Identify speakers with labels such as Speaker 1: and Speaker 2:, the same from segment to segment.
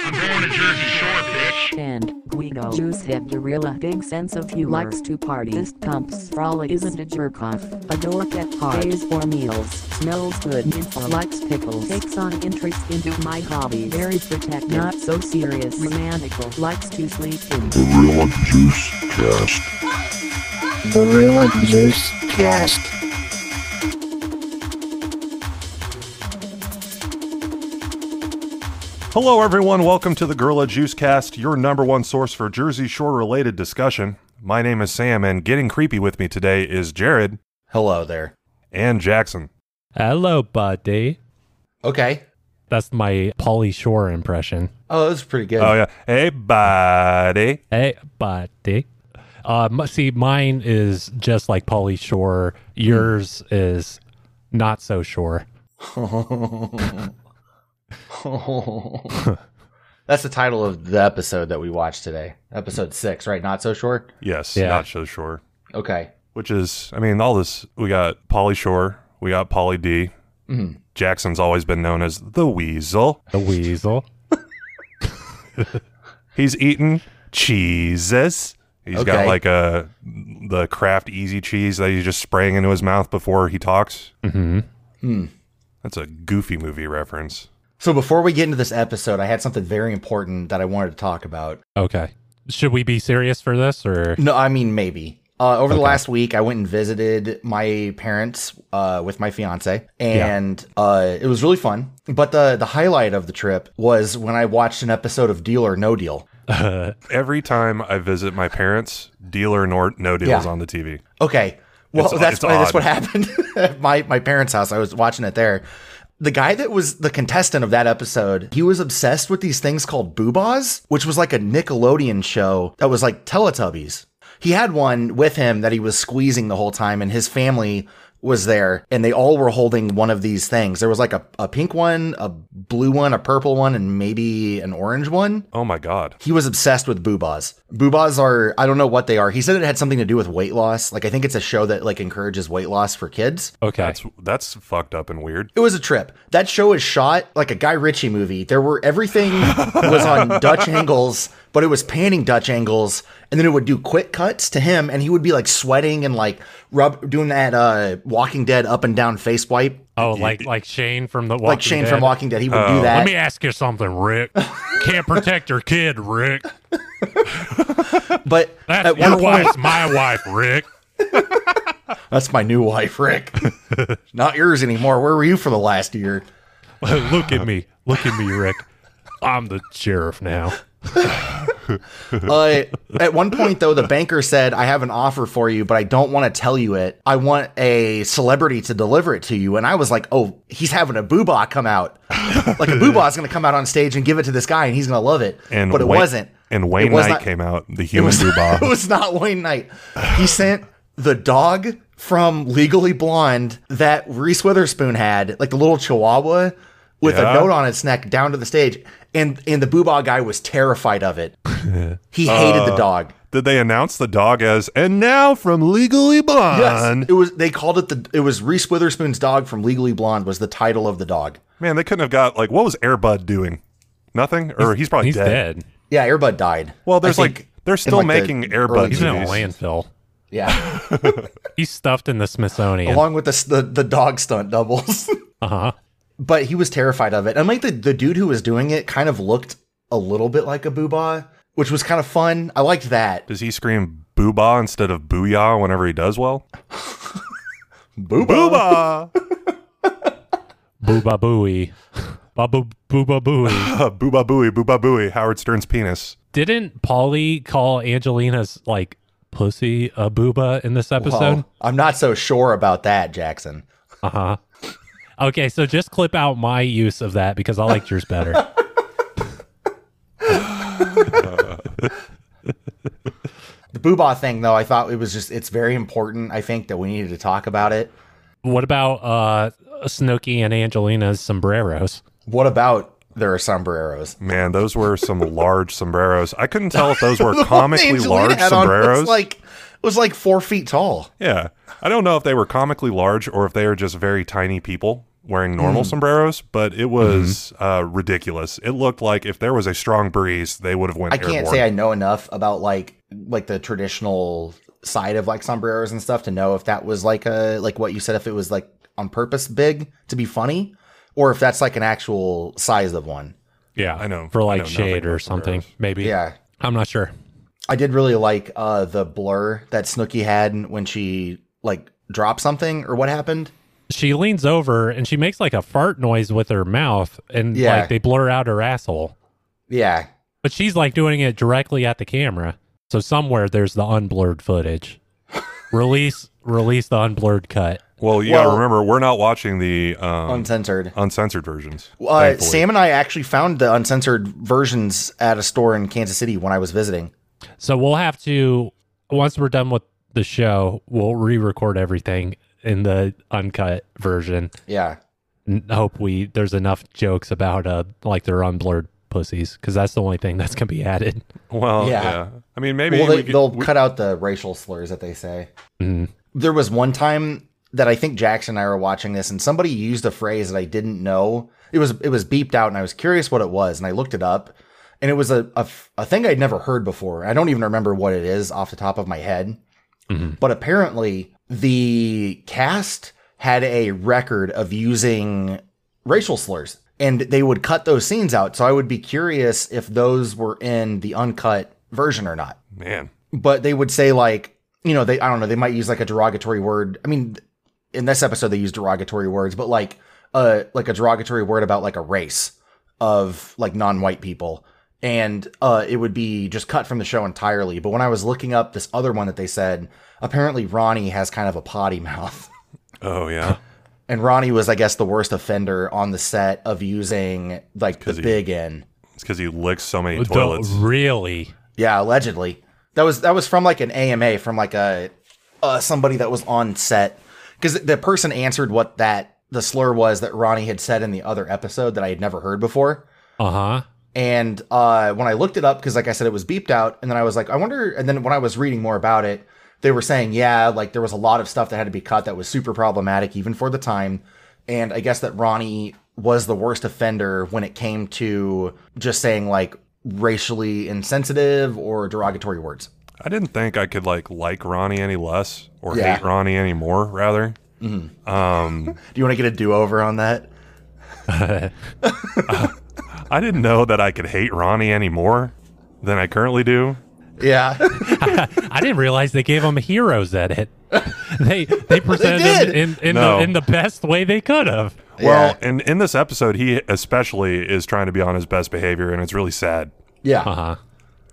Speaker 1: Jersey Shore, bitch.
Speaker 2: And Guido Jews have a real big sense of humor. Likes to party. This pumps frolic isn't a jerk off. A dork at parties or meals. Smells good. Info likes pickles. Takes on interest into my hobby. Very protective. Not so serious. Romantical. Likes to sleep in.
Speaker 3: Gorilla Juice Cast.
Speaker 4: Gorilla Juice Cast.
Speaker 5: Hello, everyone. Welcome to the Gorilla Juice Cast, your number one source for Jersey Shore related discussion. My name is Sam, and getting creepy with me today is Jared
Speaker 6: Hello there.
Speaker 5: and Jackson.
Speaker 7: Hello, buddy.
Speaker 6: Okay.
Speaker 7: That's my Polly Shore impression.
Speaker 6: Oh, that was pretty good.
Speaker 5: Oh, yeah. Hey, buddy.
Speaker 7: Hey, buddy. Uh, mu- see, mine is just like Polly Shore. Yours is not so sure.
Speaker 6: That's the title of the episode that we watched today. Episode six, right? Not so short.
Speaker 5: Yes,
Speaker 7: Yeah.
Speaker 5: not so sure.
Speaker 6: Okay.
Speaker 5: Which is, I mean, all this. We got Polly Shore. We got Polly D.
Speaker 6: Mhm.
Speaker 5: Jackson's always been known as the Weasel.
Speaker 7: The weasel.
Speaker 5: He's eaten cheeses. He's got
Speaker 6: Okay.
Speaker 5: like a the Kraft Easy Cheese that he's just spraying into his mouth before he talks.
Speaker 6: Mm-hmm.
Speaker 7: hmm
Speaker 5: That's a goofy movie reference.
Speaker 6: So before we get into this episode, I had something very important that I wanted to talk about.
Speaker 7: Okay. Should we be serious for this or?
Speaker 6: No, I mean maybe. Uh, over the last week, I went and visited my parents uh, with my fiance, and uh, it was really fun. But the the highlight of the trip was when I watched an episode of Deal or No Deal.
Speaker 5: Every time I visit my parents, deal or nor- no deal is
Speaker 6: Yeah.
Speaker 5: on the TV.
Speaker 6: Okay. Well,
Speaker 5: It's-
Speaker 6: that's
Speaker 5: it's
Speaker 6: why, that's
Speaker 5: odd.
Speaker 6: what happened at my my parents' house. I was watching it there. The guy that was the contestant of that episode, he was obsessed with these things called boobas, which was like a Nickelodeon show that was like Teletubbies. He had one with him that he was squeezing the whole time, and his family was there, and they all were holding one of these things. There was like a, a pink one, a blue one, a purple one, and maybe an orange one.
Speaker 5: Oh my god.
Speaker 6: He was obsessed with boobas. Boobas are I don't know what they are. He said it had something to do with weight loss. Like I think it's a show that like encourages weight loss for kids.
Speaker 7: Okay.
Speaker 5: That's that's fucked up and weird.
Speaker 6: It was a trip. That show is shot like a Guy Ritchie movie. There were everything was on Dutch angles, but it was panning Dutch angles, and then it would do quick cuts to him, and he would be like sweating and like rub doing that uh Walking Dead up and down face wipe,
Speaker 7: oh, like like Shane from the Walking
Speaker 6: like Shane
Speaker 7: Dead. Oh,
Speaker 6: from Walking Dead. He would do that.
Speaker 7: Let me ask you something, Rick. Can't protect your kid, Rick.
Speaker 6: but
Speaker 7: That's
Speaker 6: at
Speaker 7: your
Speaker 6: one point,
Speaker 7: wife's my wife, Rick.
Speaker 6: that's my new wife, Rick. Not yours anymore. Where were you for the last year?
Speaker 7: Look at me. Look at me, Rick. I'm the sheriff now.
Speaker 6: uh, at one point though the banker said i have an offer for you but i don't want to tell you it i want a celebrity to deliver it to you and i was like oh he's having a boobah come out like a boobah's gonna come out on stage and give it to this guy and he's gonna love it
Speaker 5: And
Speaker 6: but it
Speaker 5: Wayne-
Speaker 6: wasn't
Speaker 5: And Wayne
Speaker 6: It was
Speaker 5: Knight
Speaker 6: not-
Speaker 5: came out, the
Speaker 6: it
Speaker 5: human
Speaker 6: was,
Speaker 5: boobah.
Speaker 6: it was not Wayne Knight. He sent the dog from Legally Blonde that Reese Witherspoon had, like the little chihuahua with
Speaker 5: Yeah.
Speaker 6: a note on its neck down to the stage. And and the boobah guy was terrified of it. He hated
Speaker 5: Uh,
Speaker 6: the dog.
Speaker 5: Did they announce the dog as and now from Legally Blonde?
Speaker 6: Yes, it was. They called it the. It was Reese Witherspoon's dog from Legally Blonde was the title of the dog.
Speaker 5: Man, they couldn't have got like what was Airbud doing? Nothing? Or he's, probably
Speaker 7: He's dead.
Speaker 6: Yeah, Airbud died.
Speaker 5: Well, there's
Speaker 6: I think
Speaker 5: like- they're
Speaker 6: in,
Speaker 5: still
Speaker 6: like, the
Speaker 5: making Air
Speaker 6: early
Speaker 5: Bud
Speaker 7: He's in a
Speaker 6: 80s.
Speaker 5: Jeez.
Speaker 7: landfill.
Speaker 6: Yeah,
Speaker 7: He's stuffed in the Smithsonian.
Speaker 6: along with the, s- the the dog stunt doubles.
Speaker 7: uh huh.
Speaker 6: but he was terrified of it. And like the, the dude who was doing it kind of looked a little bit like a boobah, which was kind of fun. I liked that.
Speaker 5: Does he scream boobah instead of booyah whenever he does well?
Speaker 6: Boobah.
Speaker 5: Boobah!
Speaker 7: Booba booey. Babu booba booey.
Speaker 5: boobah booey, boobah booey, Howard Stern's penis.
Speaker 7: Didn't Polly call Angelina's like pussy a booba in this episode?
Speaker 6: Well, I'm not so sure about that, Jackson.
Speaker 7: Uh huh. Okay, so just clip out my use of that because I liked yours better.
Speaker 6: The boobah thing, though, I thought it was just, it's very important. I think that we needed to talk about it.
Speaker 7: what about uh Snooky and Angelina's sombreros?
Speaker 6: What about there are sombreros?
Speaker 5: Man, those were some large sombreros. I couldn't tell if those were comically
Speaker 6: Angelina
Speaker 5: large
Speaker 6: had on was
Speaker 5: sombreros.
Speaker 6: like, it was like four feet tall.
Speaker 5: yeah. I don't know if they were comically large or if they are just very tiny people wearing normal
Speaker 6: Hmm.
Speaker 5: sombreros, but
Speaker 6: Mm-hmm.
Speaker 5: it was uh, ridiculous. It looked like if there was a strong breeze, they would have went
Speaker 6: I can't
Speaker 5: airborne.
Speaker 6: say I know enough about like like the traditional side of like sombreros and stuff to know if that was like a like what you said if it was like on purpose big to be funny or if that's like an actual size of one.
Speaker 7: Yeah,
Speaker 5: I know-
Speaker 7: for
Speaker 5: I
Speaker 7: like
Speaker 5: know nothing
Speaker 7: shade or
Speaker 5: about
Speaker 7: something.
Speaker 5: sombreros.
Speaker 7: Maybe.
Speaker 6: Yeah.
Speaker 7: I'm not sure.
Speaker 6: I did really like uh the blur that Snooky had when she like dropped something or what happened.
Speaker 7: She leans over and she makes like a fart noise with her mouth, and
Speaker 6: Yeah.
Speaker 7: like they blur out her asshole.
Speaker 6: Yeah.
Speaker 7: But she's like doing it directly at the camera. So somewhere there's the unblurred footage. release, release the unblurred cut.
Speaker 5: well, you got
Speaker 6: Well-
Speaker 5: to remember, we're not watching the um,
Speaker 6: Uncensored.
Speaker 5: uncensored versions.
Speaker 6: Uh,
Speaker 5: thankfully.
Speaker 6: Sam and I actually found the uncensored versions at a store in Kansas City when I was visiting.
Speaker 7: So we'll have to once we're done with the show, we'll re-record everything in the uncut version.
Speaker 6: Yeah.
Speaker 7: And hope we there's enough jokes about uh like their unblurred pussies because that's the only thing that's gonna be added.
Speaker 5: Well, yeah.
Speaker 6: Yeah.
Speaker 5: I mean, maybe
Speaker 6: well, they,
Speaker 5: we could-
Speaker 6: they'll
Speaker 5: we-
Speaker 6: cut out the racial slurs that they say.
Speaker 7: Mhm.
Speaker 6: There was one time that I think Jackson and I were watching this, and somebody used a phrase that I didn't know. It was it was beeped out, and I was curious what it was, and I looked it up, and it was a a, f- a thing I'd never heard before. I don't even remember what it is off the top of my head, but apparently the cast had a record of using racial slurs. And they would cut those scenes out. So I would be curious if those were in the uncut version or not
Speaker 5: man.
Speaker 6: but they would say like you know they i don't know they might use like a derogatory word i mean in this episode they use derogatory words but like uh like a derogatory word about like a race of like non-white people and uh it would be just cut from the show entirely but when i was looking up this other one that they said apparently ronnie has kind of a potty mouth
Speaker 5: Oh yeah.
Speaker 6: and ronnie was i guess the worst offender on the set of using like the
Speaker 5: he-
Speaker 6: big n
Speaker 5: It's because he licks so many
Speaker 7: Don't-
Speaker 5: toilets.
Speaker 7: really?
Speaker 6: Yeah, allegedly. That was that was from like an AMA from like a uh, somebody that was on set because the person answered what that the slur was that Ronnie had said in the other episode that I had never heard before.
Speaker 7: Uh huh.
Speaker 6: And uh, when I looked it up, because like I said, it was beeped out, and then I was like, I wonder. And then when I was reading more about it, they were saying, yeah, like there was a lot of stuff that had to be cut that was super problematic even for the time. And I guess that Ronnie was the worst offender when it came to just saying like racially insensitive or derogatory words.
Speaker 5: I didn't think I could like like Ronnie any less or
Speaker 6: Yeah.
Speaker 5: hate Ronnie any more. Rather,
Speaker 6: Do you want to get a do over on that?
Speaker 5: I didn't know that I could hate Ronnie any more than I currently do.
Speaker 6: Yeah,
Speaker 7: I didn't realize they gave him a hero's edit. they they presented him
Speaker 6: did.
Speaker 7: in in,
Speaker 5: No.
Speaker 7: the, in the best way they could have.
Speaker 5: Well,
Speaker 6: Yeah.
Speaker 5: and in this episode, he especially is trying to be on his best behavior, and it's really sad.
Speaker 6: yeah.
Speaker 7: Uh huh.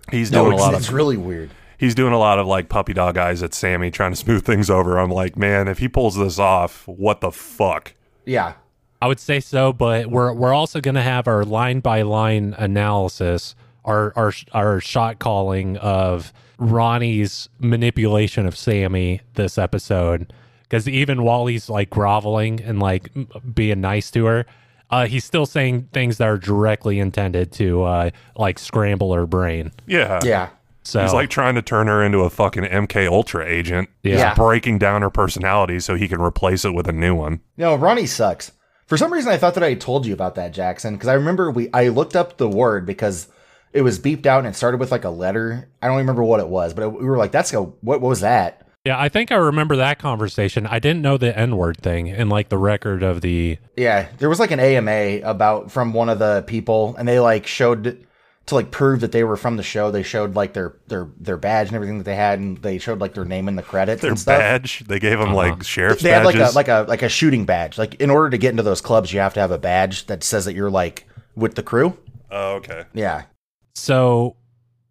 Speaker 5: He's
Speaker 6: No,
Speaker 5: doing a
Speaker 6: it's,
Speaker 5: lot
Speaker 6: it's
Speaker 5: of
Speaker 6: really weird.
Speaker 5: he's doing a lot of like puppy dog eyes at Sammy, trying to smooth things over. I'm like, man, if he pulls this off, what the fuck?
Speaker 6: Yeah,
Speaker 7: I would say so, but we're we're also going to have our line by line analysis, our our our shot calling of Ronnie's manipulation of Sammy this episode. Because even while he's like groveling and like m- being nice to her, uh, he's still saying things that are directly intended to uh, like scramble her brain.
Speaker 5: Yeah,
Speaker 6: yeah.
Speaker 7: So
Speaker 5: He's like trying to turn her into a fucking MK Ultra agent. He's
Speaker 6: Yeah.
Speaker 5: breaking down her personality so he can replace it with a new one.
Speaker 6: No, Ronnie sucks. For some reason, I thought that I had told you about that, Jackson, because I remember we I looked up the word because it was beeped out and it started with like a letter. I don't remember what it was, but we were like, "That's a what, what was that?"
Speaker 7: yeah, I think I remember that conversation. I didn't know the N word thing and like the record of the
Speaker 6: Yeah, there was like an AMA about from one of the people, and they like showed to like prove that they were from the show. They showed like their their their badge and everything that they had, and they showed like their name in the credits.
Speaker 5: Their
Speaker 6: and stuff.
Speaker 5: badge, they gave him like sheriff's
Speaker 6: they had like a
Speaker 5: badges.
Speaker 6: like a like a shooting badge. Like in order to get into those clubs, you have to have a badge that says that you're like with the crew.
Speaker 5: oh, okay.
Speaker 6: Yeah,
Speaker 7: So,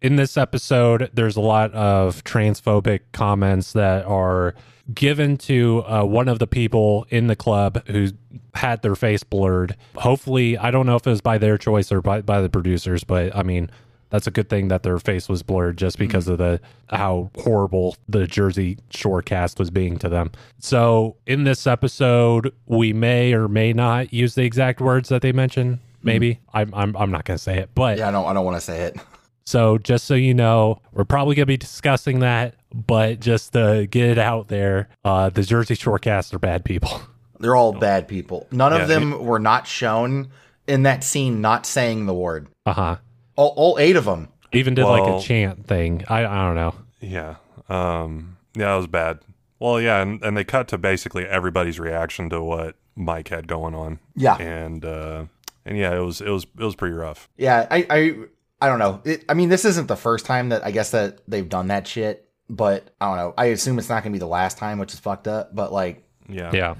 Speaker 7: in this episode, there's a lot of transphobic comments that are given to uh, one of the people in the club who had their face blurred. Hopefully, I don't know if it was by their choice or by, by the producers, but I mean, that's a good thing that their face was blurred just because of the how horrible the Jersey Shore cast was being to them. So, in this episode, we may or may not use the exact words that they mentioned. Maybe I'm, I'm I'm not gonna say it, but
Speaker 6: yeah. I don't I don't want to say it.
Speaker 7: so just so you know, we're probably going to be discussing that, but just to get it out there, uh, the Jersey Shore cast are bad people.
Speaker 6: They're all bad people. None
Speaker 5: Yeah,
Speaker 6: of them were not shown in that scene, not saying the word.
Speaker 7: Uh huh.
Speaker 6: All, all eight of them.
Speaker 7: Even did like
Speaker 5: Well-
Speaker 7: a chant thing. I I don't know.
Speaker 5: Yeah. Um, yeah, that was bad. Well, yeah, and, and they cut to basically everybody's reaction to what Mike had going on.
Speaker 6: Yeah.
Speaker 5: And uh and yeah, it was it was it was pretty rough.
Speaker 6: Yeah, I I, I don't know. It, I mean, this isn't the first time that I guess that they've done that shit, but I don't know. I assume it's not going to be the last time, which is fucked up. But like,
Speaker 5: Yeah.
Speaker 7: Yeah.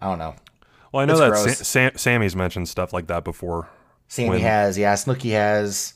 Speaker 6: I don't know.
Speaker 5: Well, I know
Speaker 6: It's
Speaker 5: that
Speaker 6: gross.
Speaker 5: Sa- Sam- Sammy's mentioned stuff like that before.
Speaker 6: Sammy
Speaker 5: When-
Speaker 6: has, yeah, Snooky has.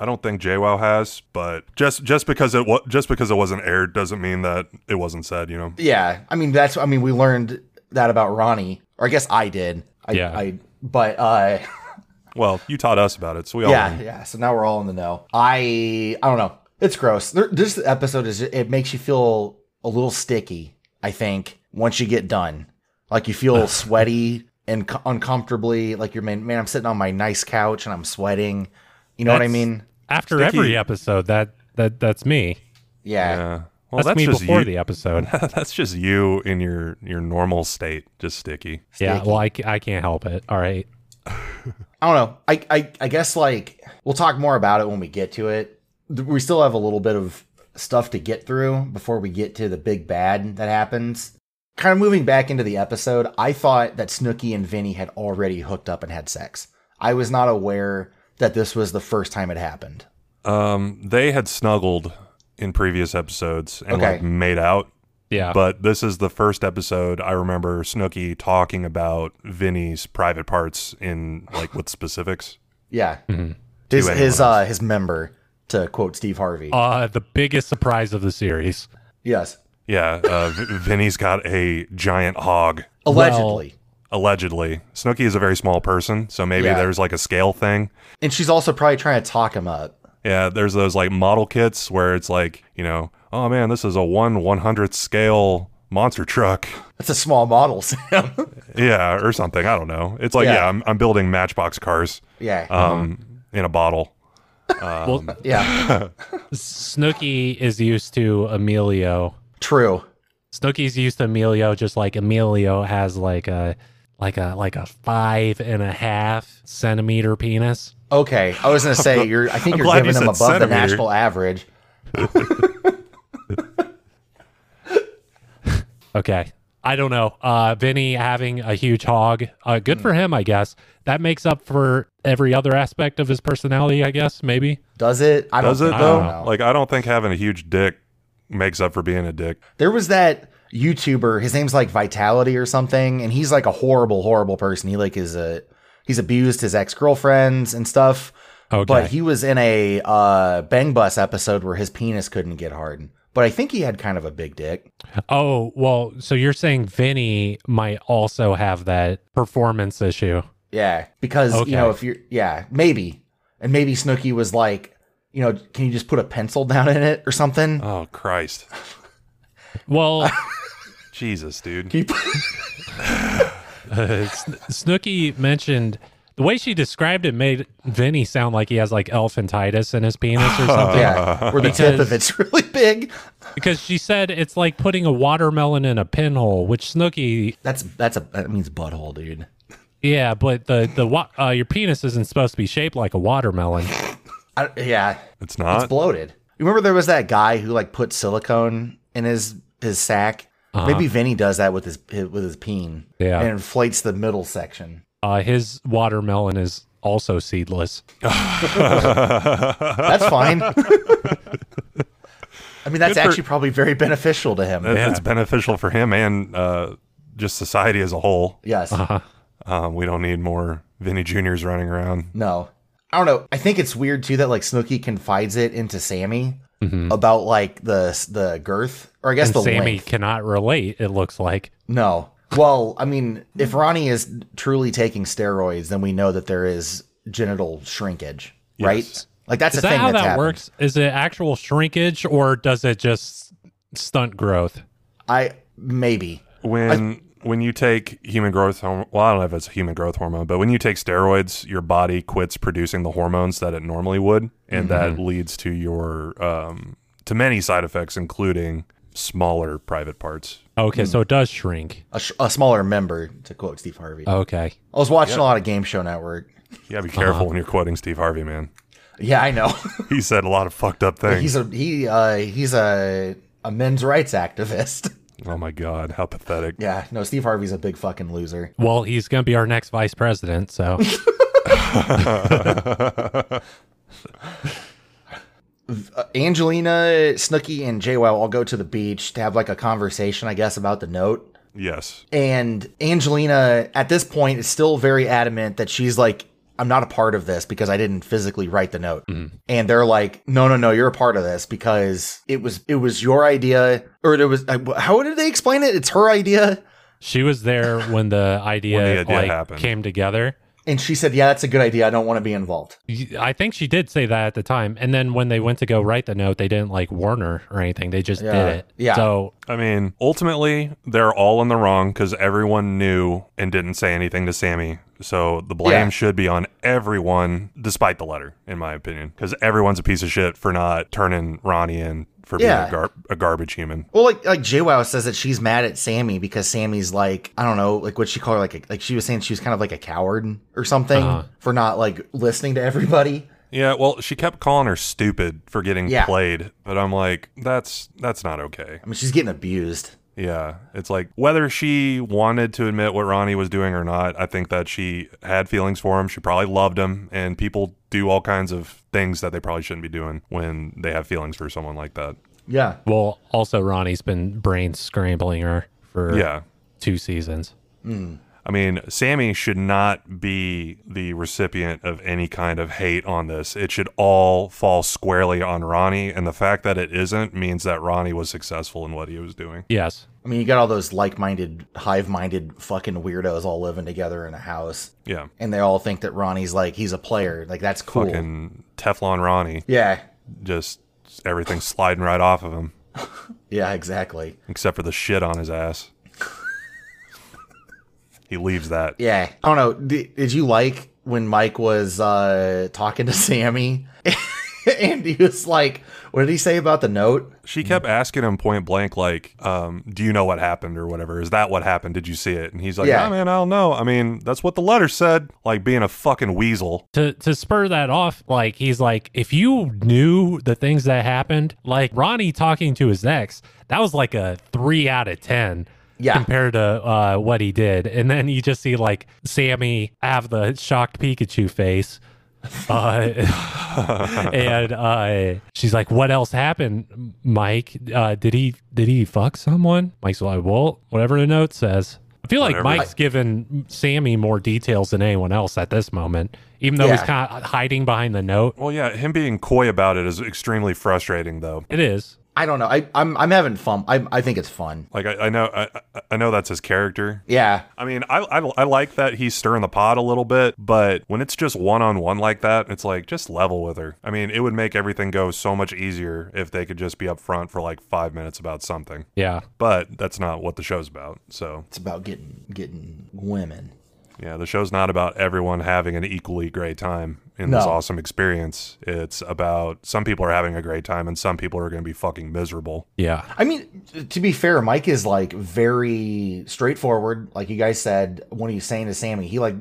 Speaker 5: I don't think JWoww has, but just just because it wa- just because it wasn't aired doesn't mean that it wasn't said. You know,
Speaker 6: Yeah, I mean that's. I mean, we learned that about Ronnie, or I guess I did. I,
Speaker 7: Yeah.
Speaker 6: I, but uh,
Speaker 5: well, you taught us about it, so we all
Speaker 6: yeah,
Speaker 5: learned.
Speaker 6: yeah. So now we're all in the know. I I don't know. It's gross. There, this episode is it makes you feel a little sticky. I think once you get done, like you feel sweaty and co- uncomfortably. Like you're man, man, I'm sitting on my nice couch and I'm sweating. You know what I
Speaker 7: That's-
Speaker 6: mean?
Speaker 7: After
Speaker 5: Sticky.
Speaker 7: every episode, that that that's me.
Speaker 6: Yeah.
Speaker 5: Yeah. Well, that's,
Speaker 7: that's, me
Speaker 5: just
Speaker 7: before
Speaker 5: you.
Speaker 7: the episode.
Speaker 5: that's just you in your your normal state, just sticky.
Speaker 7: yeah.
Speaker 6: Sticky.
Speaker 7: Well, I, ca- I can't help it. All right.
Speaker 6: I don't know. I, I I guess like we'll talk more about it when we get to it. Th- We still have a little bit of stuff to get through before we get to the big bad that happens. Kind of moving back into the episode, I thought that Snooky and Vinny had already hooked up and had sex. I was not aware that this was the first time it happened.
Speaker 5: Um, they had snuggled in previous episodes and
Speaker 6: Okay.
Speaker 5: like made out,
Speaker 7: Yeah.
Speaker 5: but this is the first episode I remember Snooky talking about Vinny's private parts in like with specifics.
Speaker 6: Yeah.
Speaker 7: Mhm.
Speaker 6: His
Speaker 5: To
Speaker 6: his
Speaker 5: anyone
Speaker 6: uh his member to quote Steve Harvey.
Speaker 7: uh, the biggest surprise of the series.
Speaker 6: yes.
Speaker 5: Yeah, uh, v- Vinny's got a giant hog.
Speaker 6: Allegedly.
Speaker 5: Allegedly, Snooky is a very small person, so maybe
Speaker 6: Yeah.
Speaker 5: there's like a scale thing.
Speaker 6: and she's also probably trying to talk him up.
Speaker 5: Yeah, there's those like model kits where it's like, you know, oh man, this is a one one hundredth scale monster truck.
Speaker 6: That's a small model, Sam.
Speaker 5: Yeah, or something. I don't know. It's like, yeah,
Speaker 6: Yeah. Uh-huh.
Speaker 5: I'm, I'm building matchbox cars
Speaker 6: yeah.
Speaker 5: um, in a bottle.
Speaker 7: well,
Speaker 6: yeah.
Speaker 7: Snooky is used to Emilio.
Speaker 6: True.
Speaker 7: Snooky's used to Emilio, just like Emilio has like a like a like a five and a half centimeter penis.
Speaker 6: Okay, I was gonna say you're. I think
Speaker 5: I'm
Speaker 6: you're
Speaker 5: glad
Speaker 6: giving
Speaker 5: you
Speaker 6: them above
Speaker 5: said
Speaker 6: the
Speaker 5: centimeter.
Speaker 6: national average.
Speaker 7: Okay. I don't know. Uh, Vinny having a huge hog. Uh, good for him, I guess. That makes up for every other aspect of his personality, I guess, maybe.
Speaker 6: Does it? I
Speaker 5: Does it
Speaker 6: I
Speaker 5: though?
Speaker 6: know.
Speaker 5: Like, I don't think having a huge dick makes up for being a dick.
Speaker 6: there was that YouTuber. His name's like Vitality or something, and he's like a horrible, horrible person. He like is a he's abused his ex girlfriends and stuff.
Speaker 7: Okay.
Speaker 6: But he was in a uh, Bang Bus episode where his penis couldn't get hard. But I think he had kind of a big dick.
Speaker 7: oh, well, so you're saying Vinny might also have that performance issue.
Speaker 6: Yeah, because
Speaker 7: Okay.
Speaker 6: you know if you're yeah maybe and maybe Snooky was like you know can you just put a pencil down in it or something?
Speaker 5: Oh, Christ.
Speaker 7: Well,
Speaker 5: Jesus, dude.
Speaker 6: Keep-
Speaker 7: Uh, Sn- Snooky mentioned the way she described it made Vinny sound like he has like elephantitis in his penis or something.
Speaker 6: Yeah, where the tip
Speaker 7: Uh, Because-
Speaker 6: of it's really big.
Speaker 7: Because she said it's like putting a watermelon in a pinhole, which Snooky,
Speaker 6: That's that's a that means butthole, dude.
Speaker 7: yeah, but the the wa- uh, your penis isn't supposed to be shaped like a watermelon.
Speaker 6: I, yeah,
Speaker 5: It's not.
Speaker 7: Uh,
Speaker 6: it's bloated. You remember there was that guy who like put silicone in his his sack. Maybe Vinny does that with his, his with his peen.
Speaker 7: Uh-huh. Yeah.
Speaker 6: and inflates the middle section.
Speaker 7: Uh, his watermelon is also seedless.
Speaker 6: That's fine. I mean,
Speaker 5: Good
Speaker 6: that's
Speaker 5: for-
Speaker 6: actually probably very beneficial to him.
Speaker 5: It- It's beneficial for him and uh, just society as a whole.
Speaker 6: yes.
Speaker 7: Uh-huh.
Speaker 5: Um, we don't need more Vinny Juniors running around.
Speaker 6: No. I don't know. I think it's weird too that like Snooky confides it into Sammy about like the the girth or I guess
Speaker 7: Mm-hmm. And
Speaker 6: the
Speaker 7: Sammy
Speaker 6: length.
Speaker 7: cannot relate. It looks like
Speaker 6: No. Well, I mean, if Ronnie is truly taking steroids, then we know that there is genital shrinkage, right? Like that's
Speaker 7: is
Speaker 6: a
Speaker 7: that
Speaker 6: thing
Speaker 7: how
Speaker 6: that's
Speaker 7: that
Speaker 6: happened.
Speaker 7: works? Is it actual shrinkage or does it just stunt growth?
Speaker 6: I maybe.
Speaker 5: When when you take human growth hormone, well, I don't know if it's human growth hormone, but when you take steroids, your body quits producing the hormones that it
Speaker 6: Mm-hmm.
Speaker 5: normally would, and that leads to your um, to many side effects, including smaller private parts.
Speaker 6: Hmm.
Speaker 7: Okay, so it does shrink.
Speaker 6: A, sh- a smaller member, to quote Steve Harvey.
Speaker 7: Okay.
Speaker 6: I was watching a lot of Game Show Network.
Speaker 5: You gotta be
Speaker 6: Uh-huh.
Speaker 5: careful when you're quoting Steve Harvey, man.
Speaker 6: Yeah, I know.
Speaker 5: He said a lot of fucked up things.
Speaker 6: he's a he uh, he's a a men's rights activist.
Speaker 5: oh my god, how pathetic.
Speaker 6: yeah, no, Steve Harvey's a big fucking loser.
Speaker 7: Well, he's going to be our next vice president, so
Speaker 6: Uh, Angelina, Snooky, and JWoww all go to the beach to have like a conversation, I guess, about the note.
Speaker 5: Yes.
Speaker 6: And Angelina, at this point, is still very adamant that she's like, I'm not a part of this because I didn't physically write the note. And they're like, No, no, no, you're a part of this because it was it was your idea, or it was uh, how did they explain it? It's her idea.
Speaker 7: she was there when the idea,
Speaker 5: idea
Speaker 7: like,
Speaker 5: happened.
Speaker 7: came together.
Speaker 6: And she said, Yeah, that's a good idea. I don't want to be involved.
Speaker 7: Y- I think she did say that at the time. And then when they went to go write the note, they didn't like warn her or anything. They just
Speaker 6: Yeah.
Speaker 7: did it.
Speaker 6: Yeah.
Speaker 7: So
Speaker 5: I mean, ultimately, they're all in the wrong because everyone knew and didn't say anything to Sammy. So the blame
Speaker 6: Yeah.
Speaker 5: should be on everyone, despite the letter, in my opinion, because everyone's a piece of shit for not turning Ronnie in for being
Speaker 6: Yeah.
Speaker 5: a, gar- a garbage human.
Speaker 6: Well, like like JWoww says that she's mad at Sammy because Sammy's like I don't know like what she called her like a, like she was saying she was kind of like a coward or something for not like listening to everybody.
Speaker 5: Yeah, well, she kept calling her stupid for getting
Speaker 6: Yeah.
Speaker 5: played, but I'm like, that's that's not okay.
Speaker 6: I mean, she's getting abused.
Speaker 5: Yeah, it's like whether she wanted to admit what Ronnie was doing or not, I think that she had feelings for him. She probably loved him, and people do all kinds of things that they probably shouldn't be doing when they have feelings for someone like that.
Speaker 6: Yeah,
Speaker 7: Well, also Ronnie's been brain scrambling her for
Speaker 5: Yeah.
Speaker 7: two seasons.
Speaker 5: I mean, Sammy should not be the recipient of any kind of hate on this. It should all fall squarely on Ronnie, and the fact that it isn't means that Ronnie was successful in what he was doing.
Speaker 7: Yes.
Speaker 6: I mean, you got all those like-minded, hive-minded fucking weirdos all living together in a house,
Speaker 5: Yeah.
Speaker 6: and they all think that Ronnie's like he's a player, like that's cool.
Speaker 5: Fucking Teflon Ronnie,
Speaker 6: Yeah,
Speaker 5: just everything sliding right off of him.
Speaker 6: yeah, exactly.
Speaker 5: except for the shit on his ass. he leaves that.
Speaker 6: Yeah, I don't know. Did, did you like when Mike was uh talking to Sammy? And he was like, "What did he say about the note?"
Speaker 5: She kept asking him point blank, like, um, "Do you know what happened or whatever? Is that what happened? Did you see it?" And he's like,
Speaker 6: Yeah.
Speaker 5: "Yeah, man, I don't know. I mean, that's what the letter said. Like being a fucking weasel.
Speaker 7: To to spur that off, like he's like, if you knew the things that happened, like Ronnie talking to his ex, that was like a three out of ten.
Speaker 6: Yeah.
Speaker 7: Compared to uh, what he did. And then you just see like Sammy have the shocked Pikachu face. Uh, and uh, she's like, "What else happened, Mike? Uh, did he did he fuck someone?" Mike's like, "Well, whatever the note says." I feel like
Speaker 5: Whatever.
Speaker 7: Mike's given Sammy more details than anyone else at this moment, even though he's
Speaker 6: Yeah.
Speaker 7: kind of hiding behind the note.
Speaker 5: Well, yeah, him being coy about it is extremely frustrating, though.
Speaker 7: It is.
Speaker 6: I don't know. I, I'm I'm having fun. I I think it's fun.
Speaker 5: Like I, I know, I, I- I know that's his character.
Speaker 6: Yeah,
Speaker 5: I mean, I, I, I like that he's stirring the pot a little bit, but when it's just one on one like that, it's like just level with her. I mean, it would make everything go so much easier if they could just be upfront for like five minutes about something.
Speaker 7: Yeah.
Speaker 5: But that's not what the show's about. So
Speaker 6: it's about getting getting women.
Speaker 5: yeah, the show's not about everyone having an equally great time in this
Speaker 6: No.
Speaker 5: awesome experience. It's about some people are having a great time and some people are going to be fucking miserable.
Speaker 7: Yeah.
Speaker 6: I mean, t- to be fair, Mike is like very straightforward. Like you guys said, when he's saying to Sammy, he like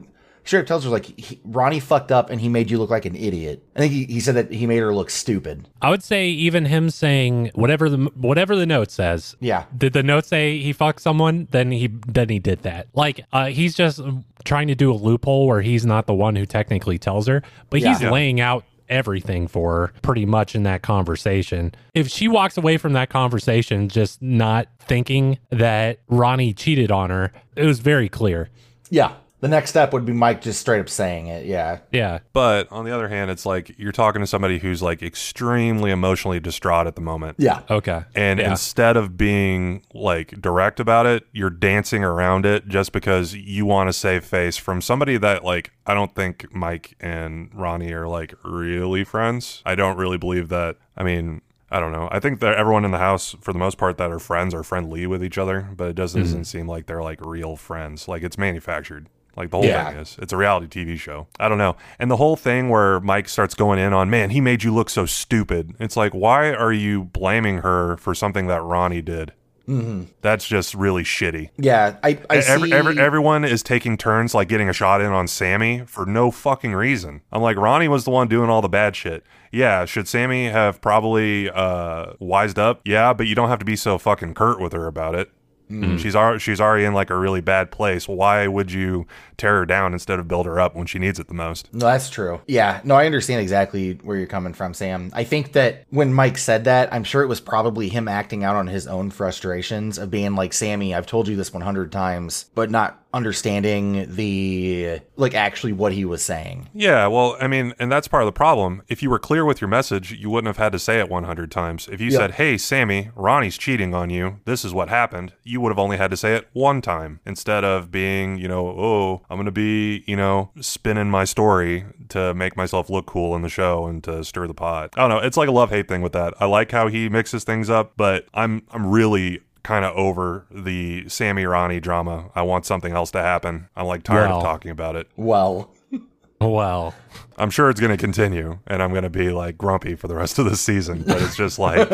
Speaker 6: straight up tells her like he, Ronnie fucked up and he made you look like an idiot. I think he, he said that he made her look stupid.
Speaker 7: I would say even him saying whatever the whatever the note says.
Speaker 6: Yeah.
Speaker 7: Did the note say he fucked someone? Then he then he did that. Like uh, he's just um, trying to do a loophole where he's not the one who technically tells her, but he's
Speaker 6: Yeah.
Speaker 7: laying out everything for her pretty much in that conversation. If she walks away from that conversation just not thinking that Ronnie cheated on her, it was very clear.
Speaker 6: Yeah. The next step would be Mike just straight up saying it. Yeah.
Speaker 7: Yeah.
Speaker 5: But on the other hand, it's like you're talking to somebody who's like extremely emotionally distraught at the moment.
Speaker 6: Yeah.
Speaker 7: Okay.
Speaker 5: And
Speaker 7: Yeah.
Speaker 5: instead of being like direct about it, you're dancing around it just because you want to save face from somebody that like I don't think Mike and Ronnie are like really friends. I don't really believe that. I mean, I don't know. I think that everyone in the house for the most part that are friends are friendly with each other, but it just doesn't seem like they're like real friends. Like it's manufactured. Like the whole
Speaker 6: Yeah.
Speaker 5: thing is. It's a reality TV show. I don't know. And the whole thing where Mike starts going in on, man, he made you look so stupid. It's like, why are you blaming her for something that Ronnie did? Mm-hmm. That's just really shitty.
Speaker 6: Yeah, I, I
Speaker 5: E-, Every,
Speaker 6: see.
Speaker 5: every, everyone is taking turns like getting a shot in on Sammy for no fucking reason. I'm like, Ronnie was the one doing all the bad shit. Yeah, should Sammy have probably uh, wised up? Yeah, but you don't have to be so fucking curt with her about it.
Speaker 6: Hmm.
Speaker 5: She's already she's already in like a really bad place. Why would you tear her down instead of build her up when she needs it the most?
Speaker 6: no, that's true. Yeah, no, I understand exactly where you're coming from, Sam. I think that when Mike said that, I'm sure it was probably him acting out on his own frustrations of being like, Sammy, I've told you this 100 times, but not understanding the, like, actually what he was saying.
Speaker 5: Yeah, well, I mean, and that's part of the problem. If you were clear with your message, you wouldn't have had to say it 100 times. If you
Speaker 6: Yeah.
Speaker 5: said, "Hey, Sammy, Ronnie's cheating on you. This is what happened," you would have only had to say it one time instead of being, you know, "Oh, I'm gonna be, you know, spinning my story to make myself look cool in the show and to stir the pot." I don't know. It's like a love hate thing with that. I like how he mixes things up, but I'm I'm really kind of over the Sammy Ronnie drama. I want something else to happen. I'm like tired
Speaker 7: Well.
Speaker 5: of talking about it.
Speaker 6: Well,
Speaker 7: Well,
Speaker 5: I'm sure it's going to continue, and I'm going to be like grumpy for the rest of the season. But it's just like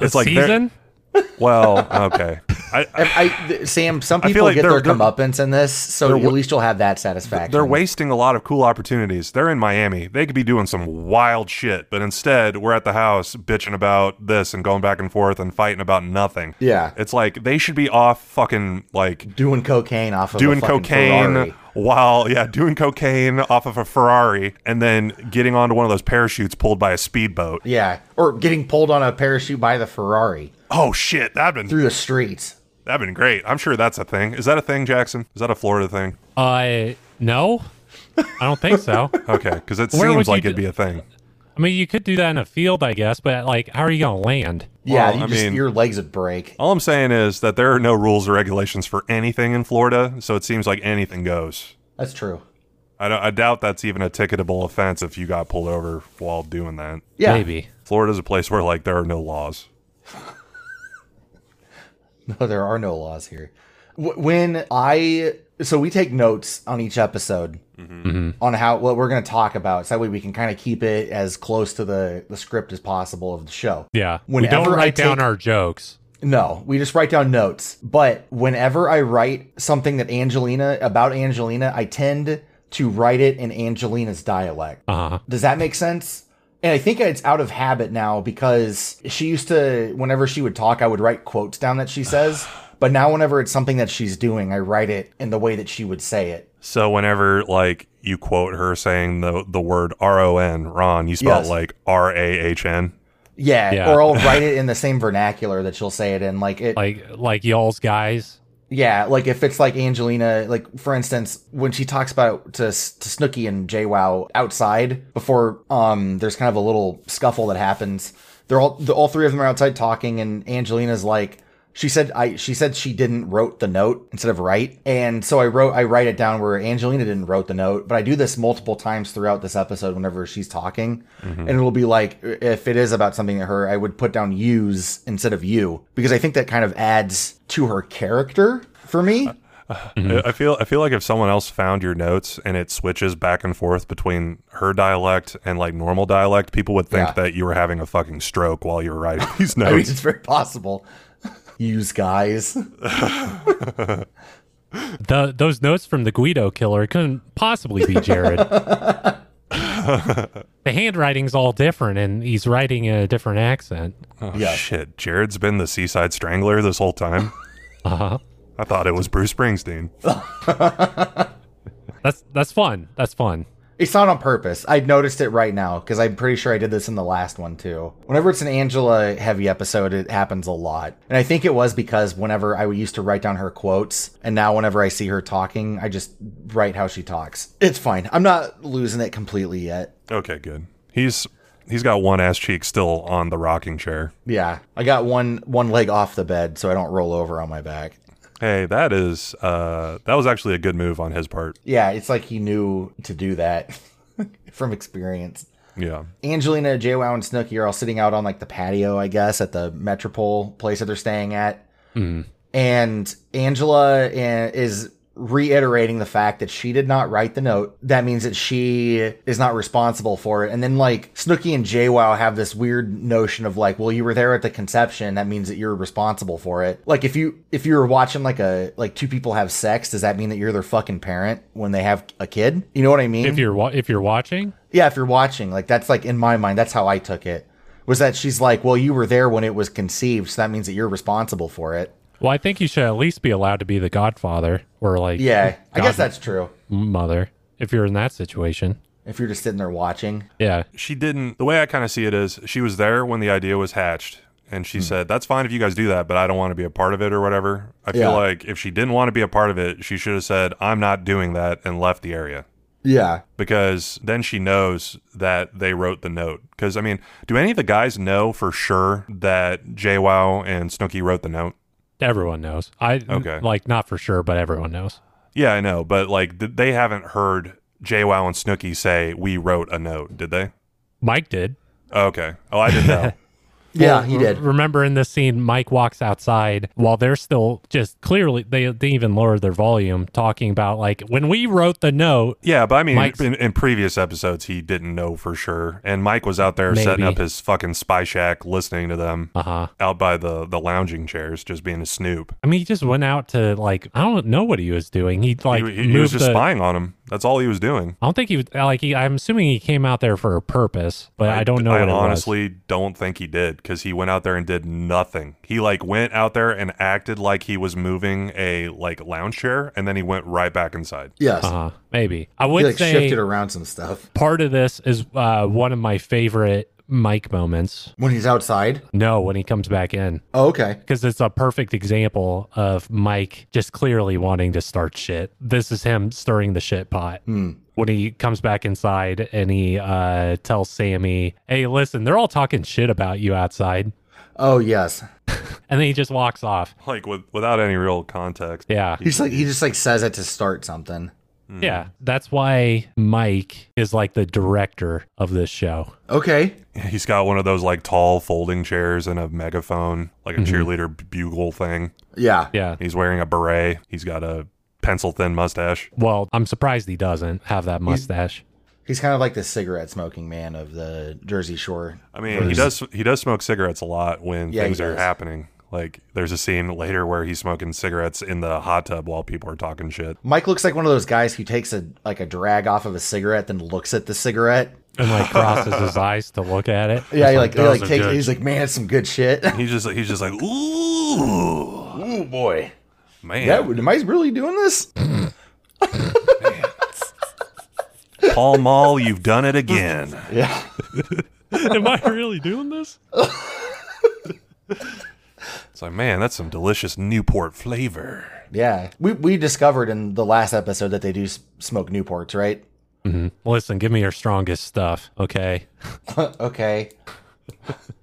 Speaker 5: it's like they're-
Speaker 7: season.
Speaker 5: Well, okay. I, I,
Speaker 6: I, th- Sam, some
Speaker 5: I feel
Speaker 6: people
Speaker 5: like
Speaker 6: get
Speaker 5: they're-
Speaker 6: their
Speaker 5: they're-
Speaker 6: comeuppance in this, so at
Speaker 5: wa-
Speaker 6: least you'll have that satisfaction.
Speaker 5: they're wasting a lot of cool opportunities. They're in Miami. They could be doing some wild shit, but instead we're at the house bitching about this and going back and forth and fighting about nothing.
Speaker 6: Yeah.
Speaker 5: It's like they should be off fucking like
Speaker 6: doing cocaine off of
Speaker 5: doing
Speaker 6: a fucking
Speaker 5: cocaine
Speaker 6: Ferrari.
Speaker 5: while yeah doing cocaine off of a Ferrari and then getting onto one of those parachutes pulled by a speedboat.
Speaker 6: Yeah, or getting pulled on a parachute by the Ferrari
Speaker 5: Oh shit, that'd been
Speaker 6: through the streets.
Speaker 5: That'd been great. I'm sure that's a thing. Is that a thing, Jackson? Is that a Florida thing?
Speaker 7: Uh, no, I don't think so.
Speaker 5: Okay, because it
Speaker 7: Where would
Speaker 5: seems
Speaker 7: you
Speaker 5: like it'd
Speaker 7: d-
Speaker 5: be a thing.
Speaker 7: I mean, you could do that in a field, I guess, but like, how are you gonna land?
Speaker 6: Yeah,
Speaker 5: Well,
Speaker 6: you
Speaker 5: I
Speaker 6: just,
Speaker 5: mean-
Speaker 6: your legs would break.
Speaker 5: All I'm saying is that there are no rules or regulations for anything in Florida, so it seems like anything goes.
Speaker 6: That's true.
Speaker 5: I, don't- I doubt that's even a ticketable offense if you got pulled over while doing that.
Speaker 6: Yeah,
Speaker 7: Maybe.
Speaker 5: Florida's a place where like there are no laws.
Speaker 6: No, there are no laws here. Wh- When I so we take notes on each episode
Speaker 7: Mm-hmm.
Speaker 6: on how what we're going to talk about, so that way we can kind of keep it as close to the the script as possible of the show.
Speaker 7: Yeah. we
Speaker 6: Whenever
Speaker 7: don't
Speaker 6: I
Speaker 7: write down
Speaker 6: take-
Speaker 7: our jokes.
Speaker 6: No, we just write down notes. But whenever I write something that Angelina about Angelina, I tend to write it in Angelina's dialect.
Speaker 7: Uh huh.
Speaker 6: Does that make sense? And I think it's out of habit now because she used to, whenever she would talk, I would write quotes down that she says. But now, whenever it's something that she's doing, I write it in the way that she would say it.
Speaker 5: So whenever like you quote her saying the the word R O N Ron, you spell it
Speaker 6: Yes.
Speaker 5: like R A H N.
Speaker 6: Yeah,
Speaker 7: Yeah.
Speaker 6: Or I'll write it in the same vernacular that she'll say it in. Like it,
Speaker 7: Like, like y'all's guys.
Speaker 6: yeah. Like if it's like Angelina, like for instance, when she talks about to, to Snooki and JWoww outside before, um, there's kind of a little scuffle that happens. They're all the, all three of them are outside talking, and Angelina's like, she said, I she said she didn't wrote the note instead of write, and so I wrote I write it down where Angelina didn't wrote the note, but I do this multiple times throughout this episode whenever she's talking, and it'll be like if it is about something to her, I would put down use instead of you because I think that kind of adds to her character for me. Mm.
Speaker 5: I I feel I feel like if someone else found your notes and it switches back and forth between her dialect and like normal dialect, people would think
Speaker 6: Yeah.
Speaker 5: that you were having a fucking stroke while you were writing these
Speaker 6: I mean,
Speaker 5: notes.
Speaker 6: it's very possible. Use guys.
Speaker 7: The those notes from the Guido killer couldn't possibly be Jared. the handwriting's all different, and he's writing in a different accent.
Speaker 5: oh,
Speaker 6: yeah.
Speaker 5: Shit, Jared's been the seaside strangler this whole time.
Speaker 7: Uh huh.
Speaker 6: Uh-huh.
Speaker 5: I thought it was Bruce Springsteen.
Speaker 7: That's that's fun. That's fun.
Speaker 6: It's not on purpose. I noticed it right now because I'm pretty sure I did this in the last one too. Whenever it's an Angela heavy episode, it happens a lot. And I think it was because whenever I used to write down her quotes, and now whenever I see her talking, I just write how she talks. It's fine. I'm not losing it completely yet.
Speaker 5: Okay, good. He's he's got one ass cheek still on the rocking chair.
Speaker 6: Yeah, I got one one leg off the bed so I don't roll over on my back.
Speaker 5: Hey, that is uh that was actually a good move on his part.
Speaker 6: Yeah, it's like he knew to do that from experience.
Speaker 5: Yeah.
Speaker 6: Angelina, JWoww, and Snooki are all sitting out on like the patio, I guess, at the Metropole place that they're staying at. And Angela eh, is reiterating the fact that she did not write the note. That means that she is not responsible for it. And then like Snooki and JWoww have this weird notion of like, well, you were there at the conception. That means that you're responsible for it. Like if you if you were watching like a like two people have sex, does that mean that you're their fucking parent when they have a kid? You know what I mean?
Speaker 7: If you're wa- if you're watching,
Speaker 6: yeah, if you're watching, like that's like in my mind, that's how I took it. Was that she's like, well, you were there when it was conceived, so that means that you're responsible for it.
Speaker 7: well, I think you should at least be allowed to be the godfather or like
Speaker 6: Yeah, I guess
Speaker 7: God-
Speaker 6: that's true.
Speaker 7: mother if you're in that situation.
Speaker 6: If you're just sitting there watching,
Speaker 7: Yeah,
Speaker 5: she didn't the way i kind of see it is she was there when the idea was hatched and she said that's fine if you guys do that but i don't want to be a part of it or whatever i feel
Speaker 6: Yeah.
Speaker 5: like if she didn't want to be a part of it she should have said i'm not doing that and left the area
Speaker 6: yeah,
Speaker 5: because then she knows that they wrote the note because i mean do any of the guys know for sure that jwow and snooki wrote the note
Speaker 7: everyone knows. I
Speaker 5: Okay.
Speaker 7: like not for sure, but everyone knows.
Speaker 5: yeah i know but like th- they haven't heard jwow and snooki say we wrote a note did they
Speaker 7: Mike did.
Speaker 5: okay oh i didn't know
Speaker 6: yeah, he did.
Speaker 7: Remember in this scene, Mike walks outside while they're still just clearly they they even lowered their volume, talking about like when we wrote the note.
Speaker 5: Yeah, but I mean,
Speaker 7: Mike's-
Speaker 5: in, in previous episodes, he didn't know for sure, and Mike was out there setting
Speaker 7: Maybe.
Speaker 5: up his fucking spy shack, listening to them
Speaker 7: Uh huh.
Speaker 5: out by the the lounging chairs, just being a snoop.
Speaker 7: I mean, he just went out to like I don't know what he was doing. He like
Speaker 5: he, he-
Speaker 7: moved
Speaker 5: he was just
Speaker 7: the-
Speaker 5: spying on him. That's all he was doing.
Speaker 7: I don't think he was like he, I'm assuming he came out there for a purpose, but I, don't know
Speaker 5: I
Speaker 7: what it
Speaker 5: honestly don't think he did because he went out there and did nothing. He like went out there and acted like he was moving a like lounge chair, and then he went right back inside.
Speaker 6: Yes,
Speaker 7: was. Uh huh. Maybe I would
Speaker 6: he like
Speaker 7: say
Speaker 6: shifted around some stuff
Speaker 7: part of this is uh, one of my favorite Mike moments.
Speaker 6: when he's outside.
Speaker 7: No, when he comes back in.
Speaker 6: Oh, okay,
Speaker 7: because it's a perfect example of Mike just clearly wanting to start shit. This is him stirring the shit pot.
Speaker 6: Hmm.
Speaker 7: When he comes back inside and he uh, tells Sammy, "Hey, listen, they're all talking shit about you outside,"
Speaker 6: oh yes,
Speaker 7: and then he just walks off.
Speaker 5: Like with, without any real context.
Speaker 7: Yeah,
Speaker 6: he's like he just like says it to start something.
Speaker 7: yeah. That's why Mike is like the director of this show.
Speaker 6: Okay,
Speaker 5: He's got one of those like tall folding chairs and a megaphone, like a cheerleader bugle thing.
Speaker 6: yeah,
Speaker 7: Yeah.
Speaker 5: He's wearing a beret. He's got a pencil thin mustache.
Speaker 7: Well, I'm surprised he doesn't have that mustache.
Speaker 6: he's kind of like the cigarette smoking man of the Jersey Shore.
Speaker 5: I mean, he does he does smoke cigarettes a lot when
Speaker 6: Yeah, he
Speaker 5: things are
Speaker 6: does.
Speaker 5: happening. Like there's a scene later where he's smoking cigarettes in the hot tub while people are talking shit.
Speaker 6: Mike looks like one of those guys who takes a like a drag off of a cigarette, then looks at the cigarette.
Speaker 7: And like crosses his eyes to look at it.
Speaker 6: Yeah, he like, he
Speaker 7: "Those
Speaker 6: like
Speaker 7: are
Speaker 6: takes.
Speaker 7: good."
Speaker 6: He's like, man, that's some good shit.
Speaker 5: He's just he's just like, ooh,
Speaker 6: oh boy,
Speaker 5: man.
Speaker 6: yeah, am I really doing this?
Speaker 5: Paul Mall, you've done it again.
Speaker 6: Yeah,
Speaker 7: Am I really doing this?
Speaker 5: It's like, man, that's some delicious Newport flavor.
Speaker 6: yeah. We we discovered in the last episode that they do s- smoke Newports, right?
Speaker 7: Listen, give me your strongest stuff, okay?
Speaker 6: Uh, Okay.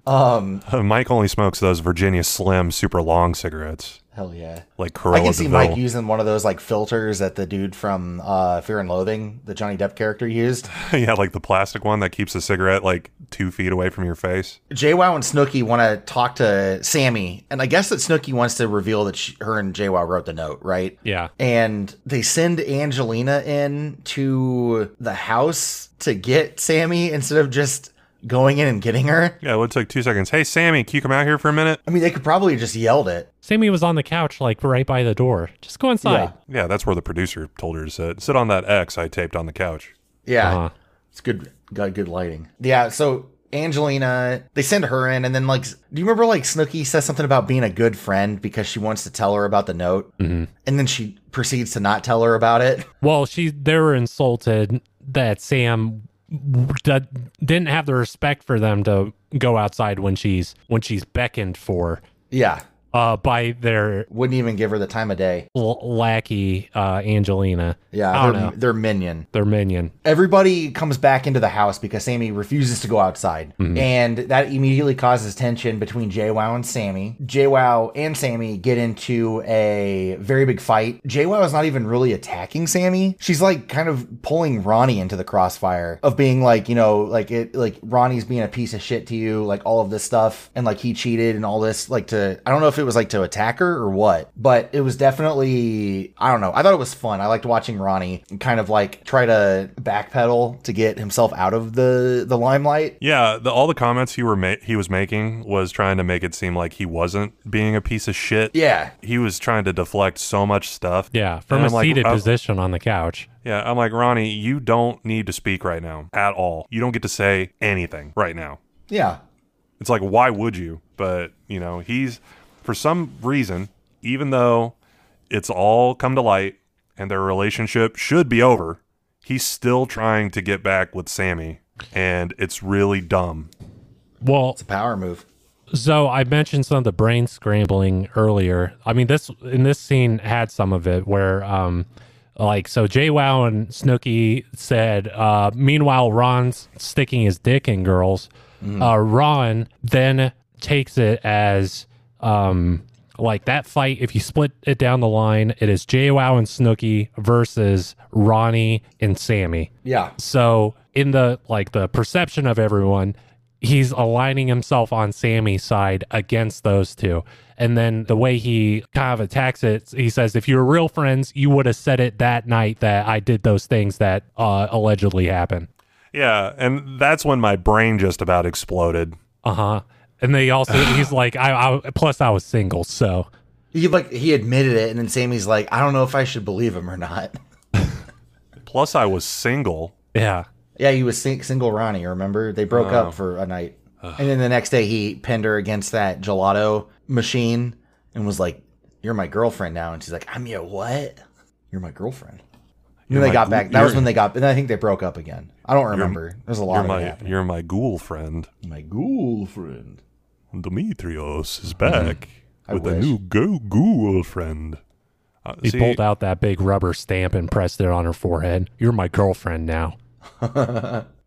Speaker 5: Uh, Mike only smokes those Virginia Slim super long cigarettes,
Speaker 6: Hell yeah.
Speaker 5: like
Speaker 6: I
Speaker 5: Corolla
Speaker 6: can see
Speaker 5: DeVille.
Speaker 6: Mike using one of those like filters that the dude from uh, Fear and Loathing, the Johnny Depp character, used.
Speaker 5: yeah, like the plastic one that keeps the cigarette like two feet away from your face.
Speaker 6: JWoww and Snooki want to talk to Sammy, and I guess that Snooki wants to reveal that she, her and JWoww wrote the note, right?
Speaker 7: Yeah.
Speaker 6: And they send Angelina in to the house to get Sammy instead of just going in and getting her.
Speaker 5: Yeah, well, it took two seconds. Hey, Sammy, can you come out here for a minute?
Speaker 6: I mean, they could probably just yelled it.
Speaker 7: Sammy was on the couch, like right by the door. Just go inside.
Speaker 5: Yeah, that's where the producer told her to sit. Sit on that X I taped on the couch.
Speaker 6: Yeah.
Speaker 7: Uh-huh.
Speaker 6: It's good. Got good lighting. Yeah. So Angelina, they send her in, and then like, do you remember like Snooki says something about being a good friend because she wants to tell her about the note, mm-hmm. and then she proceeds to not tell her about it.
Speaker 7: Well, she they were insulted that Sam w- d- didn't have the respect for them to go outside when she's when she's beckoned for
Speaker 6: Yeah.
Speaker 7: uh by their
Speaker 6: Wouldn't even give her the time of day.
Speaker 7: l- lackey uh Angelina.
Speaker 6: Yeah.
Speaker 7: I don't
Speaker 6: their,
Speaker 7: know.
Speaker 6: their minion.
Speaker 7: Their minion.
Speaker 6: Everybody comes back into the house because Sammy refuses to go outside. And that immediately causes tension between JWoww and Sammy. JWoww and Sammy get into a very big fight. JWoww is not even really attacking Sammy. She's like kind of pulling Ronnie into the crossfire of being like, you know, like it like Ronnie's being a piece of shit to you, like all of this stuff and like he cheated and all this like to I don't know if if it was like to attack her or what, but it was definitely, I don't know. I thought it was fun. I liked watching Ronnie kind of like try to backpedal to get himself out of the, the limelight.
Speaker 5: Yeah, the, all the comments he were ma- he was making was trying to make it seem like he wasn't being a piece of shit.
Speaker 6: Yeah.
Speaker 5: He was trying to deflect so much stuff.
Speaker 7: Yeah, from
Speaker 5: And
Speaker 7: a
Speaker 5: I'm like, uh,
Speaker 7: seated
Speaker 5: I-
Speaker 7: position on the couch.
Speaker 5: Yeah, I'm like Ronnie, you don't need to speak right now at all. You don't get to say anything right now.
Speaker 6: Yeah.
Speaker 5: It's like why would you? But, you know, he's for some reason, even though it's all come to light and their relationship should be over, he's still trying to get back with Sammy and it's really dumb.
Speaker 7: Well,
Speaker 6: It's a power move.
Speaker 7: So I mentioned some of the brain scrambling earlier. I mean, this in this scene had some of it where, um, like, so JWoww and Snooky said. Uh, meanwhile, Ron's sticking his dick in girls. Uh, Ron then takes it as, um, like that fight. If you split it down the line, it is JWoww and Snooky versus Ronnie and Sammy.
Speaker 6: Yeah.
Speaker 7: So in the like the perception of everyone, he's aligning himself on Sammy's side against those two. And then the way he kind of attacks it, he says, "If you were real friends, you would have said it that night that I did those things that uh, allegedly happened."
Speaker 5: Yeah, and that's when my brain just about exploded.
Speaker 7: Uh huh. And they also, he's like, I, "I plus I was single, so
Speaker 6: He like, he admitted it. And then Sammy's like, I don't know if I should believe him or not.
Speaker 5: Plus, I was single.
Speaker 7: yeah."
Speaker 6: Yeah, he was sing- single Ronnie. Remember, they broke
Speaker 5: Oh.
Speaker 6: up for a night, and then the next day he pinned her against that gelato machine and was like, "You're my girlfriend now," and she's like, "I'm your what? You're my girlfriend." And then
Speaker 5: You're
Speaker 6: they
Speaker 5: my
Speaker 6: got
Speaker 5: goo-
Speaker 6: back. That was
Speaker 5: you're-
Speaker 6: when they got. And I think they broke up again. I don't remember. There's a lot
Speaker 5: You're
Speaker 6: of my,
Speaker 5: my you're my ghoul friend.
Speaker 6: my girlfriend.
Speaker 5: Demetrios is back
Speaker 6: Mm-hmm. I
Speaker 5: with a
Speaker 6: wish.
Speaker 5: new go- ghoul friend. Uh,
Speaker 7: He
Speaker 5: see,
Speaker 7: pulled out that big rubber stamp and pressed it on her forehead. You're my girlfriend now.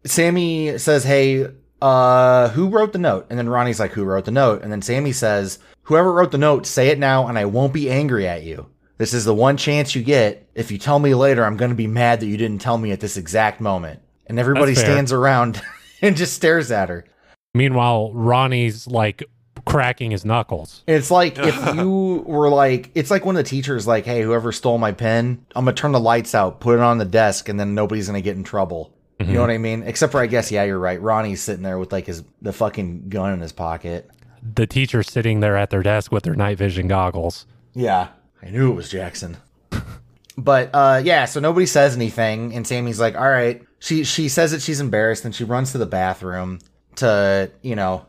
Speaker 6: Sammy says, "Hey, uh, who wrote the note?" And then Ronnie's like, "Who wrote the note?" And then Sammy says, "Whoever wrote the note, say it now, and I won't be angry at you. This is the one chance you get. If you tell me later, I'm going to be mad that you didn't tell me at this exact moment." And everybody
Speaker 7: That's fair.
Speaker 6: stands around and just stares at her.
Speaker 7: Meanwhile, Ronnie's like cracking his knuckles.
Speaker 6: And it's like if you were like, it's like when the teacher's like, "Hey, whoever stole my pen, I'm gonna turn the lights out, put it on the desk, and then nobody's gonna get in trouble." You know what I mean? Except for I guess, yeah, you're right. Ronnie's sitting there with like his the fucking gun in his pocket.
Speaker 7: the teacher sitting there at their desk with their night vision goggles.
Speaker 6: Yeah. I knew it was Jackson. but uh yeah, so nobody says anything and Sammy's like, "All right." She she says that she's embarrassed and she runs to the bathroom to, you know,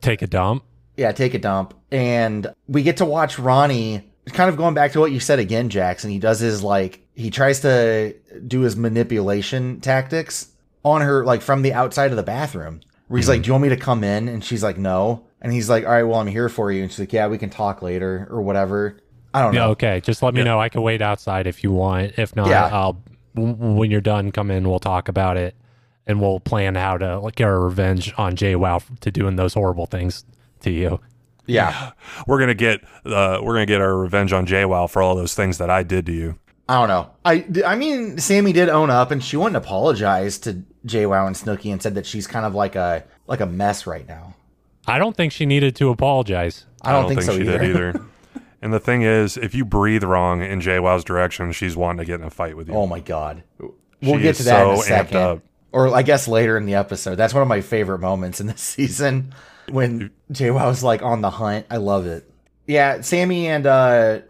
Speaker 7: Take a dump.
Speaker 6: yeah, take a dump. And we get to watch Ronnie kind of going back to what you said again, Jackson. He does his like he tries to do his manipulation tactics on her like from the outside of the bathroom. Where he's like, Do you want me to come in? And she's like, No. And he's like, All right, well I'm here for you. And she's like, Yeah, we can talk later or whatever. I don't
Speaker 7: Yeah,
Speaker 6: know.
Speaker 7: okay. Just let me know. I can wait outside if you want. If not,
Speaker 6: Yeah.
Speaker 7: I'll w- w- when you're done, come in. We'll talk about it, and we'll plan how to like get our revenge on Jay Wow to doing those horrible things to you.
Speaker 6: Yeah.
Speaker 5: we're gonna get uh, we're gonna get our revenge on JWoww for all those things that I did to you.
Speaker 6: I don't know. I, I mean, Sammy did own up, and she wouldn't apologize to JWoww and Snooki, and said that she's kind of like a like a mess right now.
Speaker 7: I don't think she needed to apologize.
Speaker 6: I don't, think, so
Speaker 5: she
Speaker 6: either.
Speaker 5: did either. and the thing is, if you breathe wrong in JWoww's direction, she's wanting to get in a fight with you.
Speaker 6: Oh my god. We'll
Speaker 5: She
Speaker 6: get
Speaker 5: is
Speaker 6: to that in a
Speaker 5: so amped up.
Speaker 6: second, or I guess later in the episode. That's one of my favorite moments in this season when JWoww's like on the hunt. I love it. Yeah, Sammy and uh,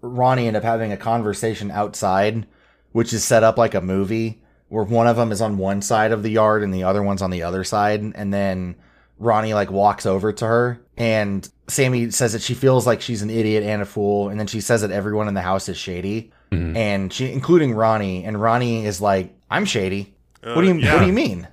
Speaker 6: Ronnie end up having a conversation outside, which is set up like a movie where one of them is on one side of the yard and the other one's on the other side. And then Ronnie like walks over to her and Sammy says that she feels like she's an idiot and a fool. And then she says that everyone in the house is shady and she, including Ronnie. And Ronnie is like, I'm shady. what do you,
Speaker 5: Uh, yeah.
Speaker 6: what do you mean?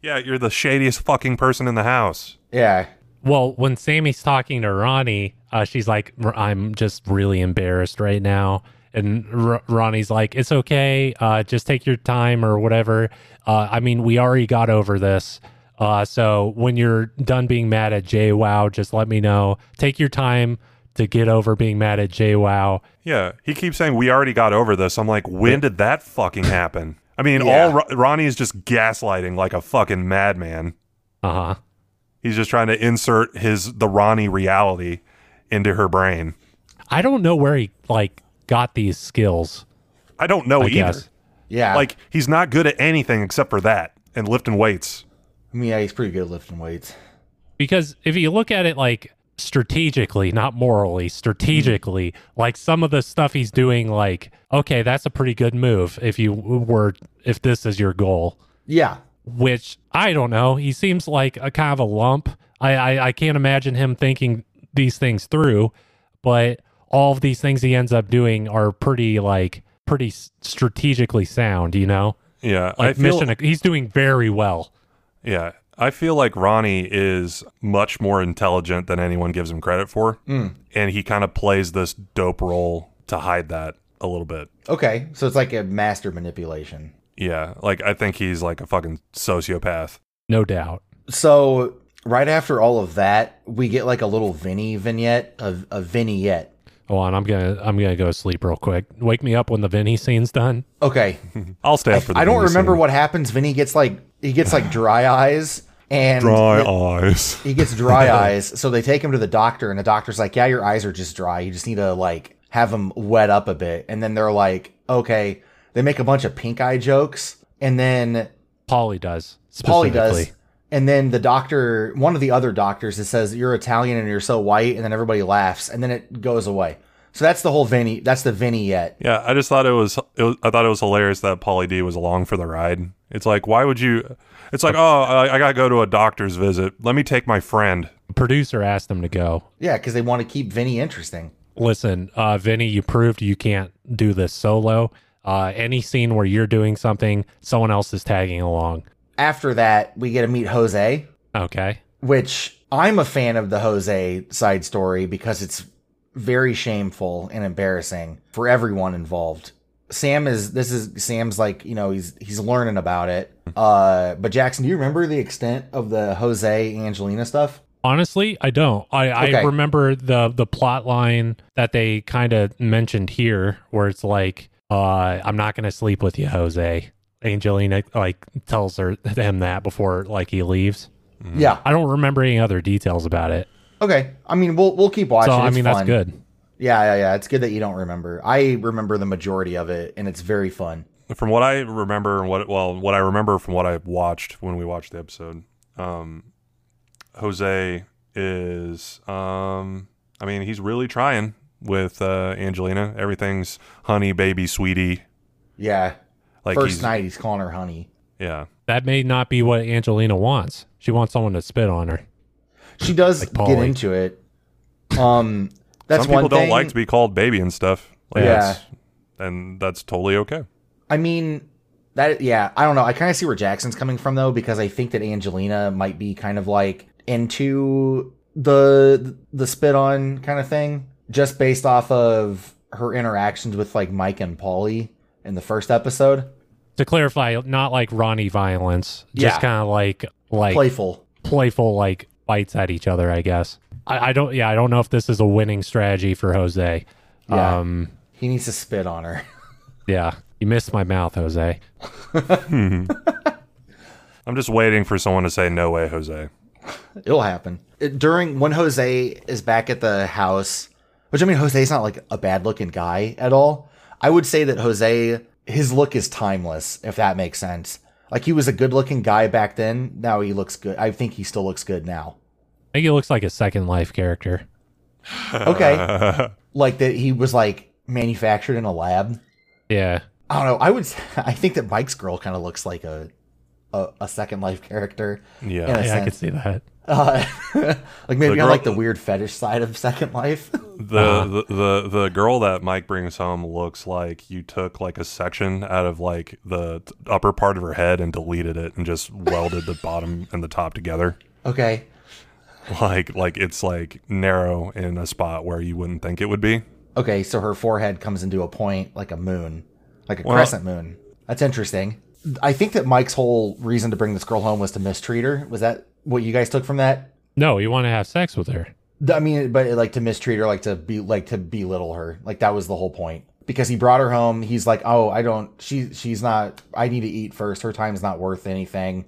Speaker 5: Yeah, you're the shadiest fucking person in the house.
Speaker 6: Yeah.
Speaker 7: Well, when Sammy's talking to Ronnie, uh, she's like, "R- "I'm just really embarrassed right now." And R- Ronnie's like, "It's okay. Uh, just take your time or whatever. Uh, I mean, we already got over this. Uh, so when you're done being mad at Jay Wow, just let me know. Take your time to get over being mad at Jay Wow.
Speaker 5: Yeah, he keeps saying we already got over this. I'm like, when did that fucking happen? I mean,
Speaker 6: Yeah.
Speaker 5: all Ro- Ronnie is just gaslighting like a fucking madman.
Speaker 7: Uh huh.
Speaker 5: He's just trying to insert his the Ronnie reality into her brain.
Speaker 7: I don't know where he like got these skills.
Speaker 5: I don't know
Speaker 7: I
Speaker 5: either.
Speaker 7: guess.
Speaker 6: Yeah.
Speaker 5: Like he's not good at anything except for that and lifting weights.
Speaker 6: I mean, yeah, he's pretty good at lifting weights.
Speaker 7: because if you look at it like strategically not morally strategically like some of the stuff he's doing like okay that's a pretty good move if you were if this is your goal
Speaker 6: Yeah.
Speaker 7: which i don't know he seems like a kind of a lump i i, I can't imagine him thinking these things through but all of these things he ends up doing are pretty like pretty s- strategically sound you know
Speaker 5: Yeah,
Speaker 7: like
Speaker 5: feel-
Speaker 7: mission he's doing very well
Speaker 5: Yeah, I feel like Ronnie is much more intelligent than anyone gives him credit for,
Speaker 6: Hmm.
Speaker 5: and he kind of plays this dope role to hide that a little bit.
Speaker 6: Okay. So it's like a master manipulation.
Speaker 5: Yeah, like I think he's like a fucking sociopath.
Speaker 7: no doubt
Speaker 6: So right after all of that, we get like a little Vinny vignette, a, a vignette.
Speaker 7: Hold on, I'm gonna I'm gonna go sleep real quick. Wake me up when the Vinny scene's done.
Speaker 6: Okay.
Speaker 5: I'll stay up for. The
Speaker 6: I don't
Speaker 5: Vinny
Speaker 6: remember
Speaker 5: scene.
Speaker 6: what happens. Vinny gets like he gets like dry eyes and
Speaker 5: dry
Speaker 6: he-
Speaker 5: eyes.
Speaker 6: he gets dry eyes. So they take him to the doctor and the doctor's like, "Yeah, your eyes are just dry. You just need to like have them wet up a bit." And then they're like, "Okay." They make a bunch of pink eye jokes and then
Speaker 7: Polly does.
Speaker 6: Polly
Speaker 7: specifically.
Speaker 6: does. And then the doctor, one of the other doctors, it says you're Italian and you're so white, and then everybody laughs, and then it goes away. So that's the whole Vinny. That's the vignette.
Speaker 5: Yeah, I just thought it was, it was. I thought it was hilarious that Pauly D was along for the ride. It's like, why would you? It's
Speaker 6: Uh,
Speaker 5: like, oh, I, I gotta go to a doctor's visit. Let me take my friend.
Speaker 7: Producer asked him to go.
Speaker 6: Yeah, because they want to keep Vinny interesting.
Speaker 7: Listen, uh, Vinny, you proved you can't do this solo. Uh, any scene where you're doing something, someone else is tagging along.
Speaker 6: After that, we get to meet Jose,
Speaker 7: Okay.
Speaker 6: which I'm a fan of the Jose side story because it's very shameful and embarrassing for everyone involved. Sam is this is Sam's like, you know, he's he's learning about it. Uh but Jackson, do you remember the extent of the Jose Angelina stuff?
Speaker 7: Honestly, I don't. I, I
Speaker 6: Okay.
Speaker 7: remember the the plot line that they kind of mentioned here, where it's like, uh, "I'm not gonna sleep with you, Jose." Angelina like tells her him that before like he leaves.
Speaker 6: Yeah.
Speaker 7: I don't remember any other details about it.
Speaker 6: Okay. I mean, we'll we'll keep watching.
Speaker 7: So I
Speaker 6: It's
Speaker 7: mean,
Speaker 6: fun.
Speaker 7: that's good.
Speaker 6: Yeah, yeah, yeah. It's good that you don't remember. I remember the majority of it, and it's very fun.
Speaker 5: From what I remember, and what well, what I remember from what I watched when we watched the episode, um, Jose is, um, I mean, he's really trying with uh, Angelina. Everything's honey, baby, sweetie.
Speaker 6: Yeah.
Speaker 5: Like
Speaker 6: First
Speaker 5: he's,
Speaker 6: night, he's calling her honey.
Speaker 5: Yeah,
Speaker 7: That may not be what Angelina wants. She wants someone to spit on her.
Speaker 6: She does get
Speaker 7: Polly.
Speaker 6: into it. Um, that's
Speaker 5: some people
Speaker 6: one
Speaker 5: don't
Speaker 6: thing.
Speaker 5: like to be called baby and stuff. Like,
Speaker 6: Yeah.
Speaker 5: that's- and that's totally okay.
Speaker 6: I mean, that yeah. I don't know. I kind of see where Jackson's coming from though, because I think that Angelina might be kind of like into the the spit on kind of thing, just based off of her interactions with like Mike and Polly in the first episode.
Speaker 7: To clarify, not like Ronnie violence, just
Speaker 6: Yeah.
Speaker 7: kind of like like
Speaker 6: Playful.
Speaker 7: playful like bites at each other. I guess. I, I don't. Yeah, I don't know if this is a winning strategy for Jose.
Speaker 6: Yeah.
Speaker 7: Um,
Speaker 6: He needs to spit on her.
Speaker 7: yeah. You missed my mouth, Jose.
Speaker 5: I'm just waiting for someone to say no way, Jose.
Speaker 6: It'll happen. It- During when Jose is back at the house, which I mean, Jose's not like a bad looking guy at all. I would say that Jose, his look is timeless, if that makes sense. Like he was a good looking guy back then. Now he looks good. I think he still looks good now.
Speaker 7: I think he looks like a second life character.
Speaker 5: Uh.
Speaker 6: Okay. like that he was like manufactured in a lab.
Speaker 7: Yeah.
Speaker 6: I don't know. I would, s- I think that Mike's girl kind of looks like a, a, a second life character.
Speaker 5: Yeah.
Speaker 6: In a
Speaker 7: Yeah, I could
Speaker 6: sense.
Speaker 7: see that.
Speaker 6: Uh, like maybe
Speaker 5: The
Speaker 6: on
Speaker 5: girl-
Speaker 6: like the weird fetish side of second life.
Speaker 5: The, the the the girl that Mike brings home looks like you took like a section out of like the t- upper part of her head and deleted it and just welded the bottom and the top together.
Speaker 6: okay.
Speaker 5: Like like it's like narrow in a spot where you wouldn't think it would be.
Speaker 6: Okay, so her forehead comes into a point like a moon, like a
Speaker 5: Well-
Speaker 6: crescent moon. That's interesting. I think that Mike's whole reason to bring this girl home was to mistreat her. Was that what you guys took from that?
Speaker 7: No, you want to have sex with her.
Speaker 6: Th- I mean, but like to mistreat her, like to be like to belittle her. Like that was the whole point. Because he brought her home, he's like, "Oh, I don't. She she's not. I need to eat first. Her time's not worth anything."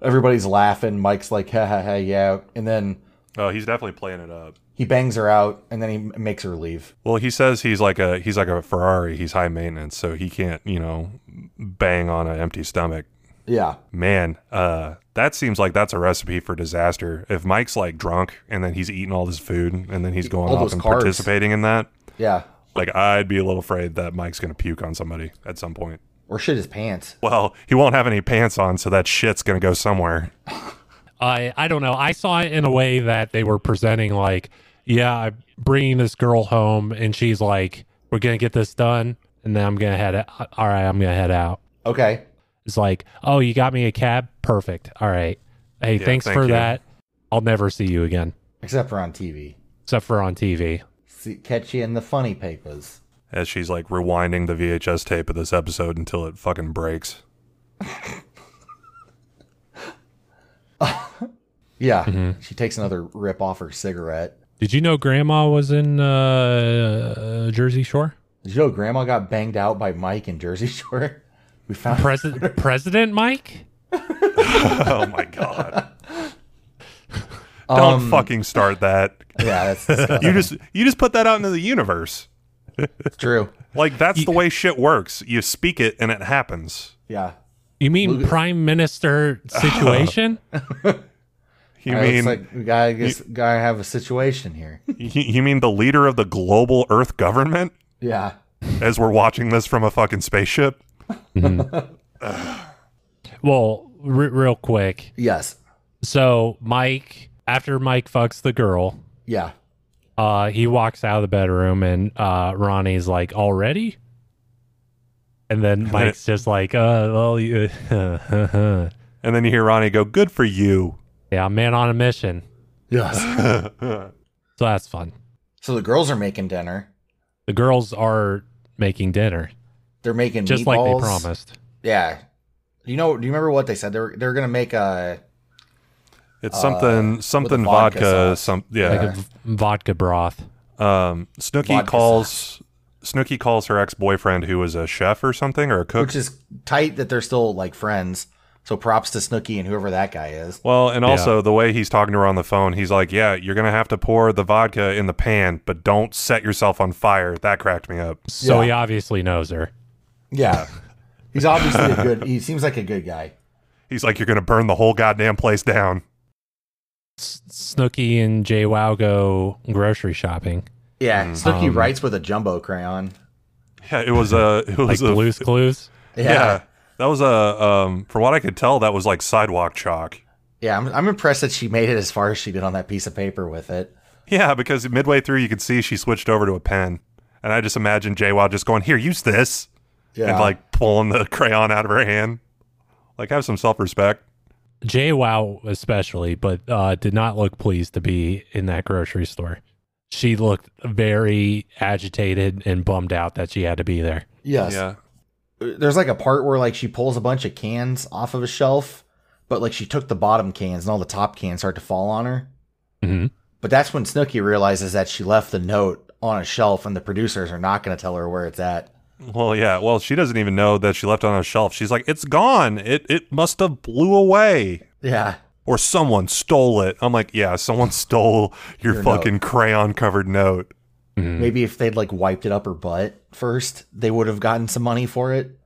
Speaker 6: Everybody's laughing. Mike's like, "Ha ha ha, yeah." And then
Speaker 5: Oh, he's definitely playing it up.
Speaker 6: He bangs her out and then he m- makes her leave.
Speaker 5: Well, he says he's like a he's like a Ferrari. He's high maintenance, so he can't you know bang on an empty stomach.
Speaker 6: Yeah.
Speaker 5: Man, uh, that seems like that's a recipe for disaster. If Mike's like drunk and then he's eating all this food and then he's going
Speaker 6: All
Speaker 5: off
Speaker 6: those
Speaker 5: and
Speaker 6: carbs.
Speaker 5: participating in that,
Speaker 6: Yeah.
Speaker 5: like I'd be a little afraid that Mike's gonna puke on somebody at some point.
Speaker 6: Or shit his pants.
Speaker 5: Well, he won't have any pants on, so that shit's gonna go somewhere.
Speaker 7: I I don't know. I saw it in a way that they were presenting like, yeah, I'm bringing this girl home, and she's like, we're gonna get this done, and then I'm gonna head. Out. All right, I'm gonna head out.
Speaker 6: Okay.
Speaker 7: It's like, oh, you got me a cab, perfect. All right, hey,
Speaker 5: Yeah,
Speaker 7: thanks
Speaker 5: thank
Speaker 7: for
Speaker 5: you.
Speaker 7: that. I'll never see you again,
Speaker 6: Except for on TV.
Speaker 7: except for on TV.
Speaker 6: See, catch you in the funny papers.
Speaker 5: As she's like rewinding the VHS tape of this episode until it fucking breaks.
Speaker 6: Yeah. She takes another rip off her cigarette.
Speaker 7: Did you know Grandma was in uh, Jersey Shore?
Speaker 6: Did you know grandma got banged out by Mike in Jersey Shore? We found
Speaker 7: President President Mike?
Speaker 5: Oh my god.
Speaker 6: Um,
Speaker 5: Don't fucking start that.
Speaker 6: Yeah, that's disgusting.
Speaker 5: You just you just put that out into the universe.
Speaker 6: true.
Speaker 5: Like that's the way shit works. You speak it and it happens.
Speaker 6: Yeah.
Speaker 7: You mean Prime Minister situation?
Speaker 5: You
Speaker 6: I
Speaker 5: mean
Speaker 6: like we gotta, guess, gotta have a situation here.
Speaker 5: you, you mean the leader of the global Earth government
Speaker 6: Yeah.
Speaker 5: as we're watching this from a fucking spaceship?
Speaker 7: well, re- real quick.
Speaker 6: Yes.
Speaker 7: So Mike, after Mike fucks the girl,
Speaker 6: Yeah.
Speaker 7: uh, he walks out of the bedroom and uh, Ronnie's like, "Already?" And then Mike's just like, "Uh, well, you,
Speaker 5: And then you hear Ronnie go, "Good for you."
Speaker 7: yeah, I'm man on a mission."
Speaker 6: Yes.
Speaker 7: So that's fun.
Speaker 6: so the girls are making dinner.
Speaker 7: The girls are making dinner,
Speaker 6: They're making
Speaker 7: just like
Speaker 6: meatballs.
Speaker 7: they promised.
Speaker 6: Yeah. You know? Do you remember what they said? They're they're gonna make uh, a
Speaker 5: It's something something
Speaker 6: Uh, vodka
Speaker 5: vodka,
Speaker 6: sauce.
Speaker 5: some yeah.
Speaker 7: Like
Speaker 6: uh,
Speaker 7: a v- vodka broth.
Speaker 5: um Snooky
Speaker 6: Vodka
Speaker 5: calls Snooky calls her ex-boyfriend who was a chef or something or a cook.
Speaker 6: which is tight that they're still like friends. So props to Snooky and whoever that guy is.
Speaker 5: Well, and also the way he's talking to her on the phone, he's like, "Yeah, you're gonna have to pour the vodka in the pan, but don't set yourself on fire." That cracked me up.
Speaker 7: So
Speaker 6: Yeah.
Speaker 7: he obviously knows her.
Speaker 6: Yeah. He's obviously a good he seems like a good guy.
Speaker 5: He's like, "You're gonna burn the whole goddamn place down."
Speaker 7: S- Snooky and Jay Wow go grocery shopping,
Speaker 6: Yeah. Snooky
Speaker 7: Um,
Speaker 6: Mm-hmm. writes with a jumbo crayon.
Speaker 5: Yeah, it was a, it
Speaker 7: like
Speaker 5: was a,
Speaker 7: Blue's Clues.
Speaker 6: Yeah.
Speaker 5: yeah.
Speaker 6: Yeah.
Speaker 5: that was a, um, from what I could tell, that was like sidewalk chalk.
Speaker 6: I'm, I'm impressed that she made it as far as she did on that piece of paper with it.
Speaker 5: Yeah, because midway through, you could see she switched over to a pen, and I just imagine JWoww just going, "Here, use this,"
Speaker 6: Yeah.
Speaker 5: and like pulling the crayon out of her hand. Like, have some self-respect.
Speaker 7: Jay Wow especially, but uh, did not look pleased to be in that grocery store. She looked very agitated and bummed out that she had to be there.
Speaker 6: yes. There's like a part where like she pulls a bunch of cans off of a shelf, but like she took the bottom cans and all the top cans start to fall on her.
Speaker 7: Mhm.
Speaker 6: But that's when Snooky realizes that she left the note on a shelf and the producers are not going to tell her where it's at.
Speaker 5: Well, yeah. Well, she doesn't even know that she left it on a shelf. She's like, "It's gone. It it must have blew away,
Speaker 6: Yeah.
Speaker 5: or someone stole it." I'm like, "Yeah, someone stole your,
Speaker 6: Your
Speaker 5: fucking crayon covered note."
Speaker 6: Maybe if they'd like wiped it up her butt first, they would have gotten some money for it.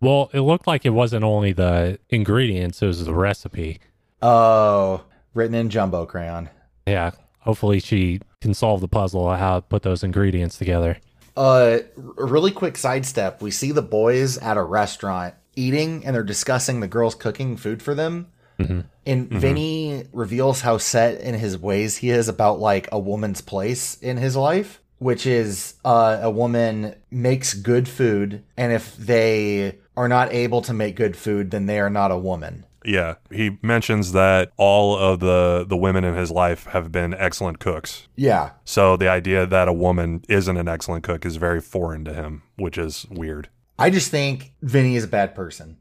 Speaker 7: Well, it looked like it wasn't only the ingredients, it was the recipe.
Speaker 6: Oh, written in jumbo crayon.
Speaker 7: Yeah. Hopefully she can solve the puzzle of how to put those ingredients together.
Speaker 6: Uh, r- really quick sidestep. We see the boys at a restaurant eating, and they're discussing the girls cooking food for them. And Vinny reveals how set in his ways he is about like a woman's place in his life, which is uh, a woman makes good food, and if they are not able to make good food, then they are not a woman.
Speaker 5: Yeah, he mentions that all of the the women in his life have been excellent cooks.
Speaker 6: Yeah,
Speaker 5: So the idea that a woman isn't an excellent cook is very foreign to him, which is weird.
Speaker 6: I just think Vinny is a bad person.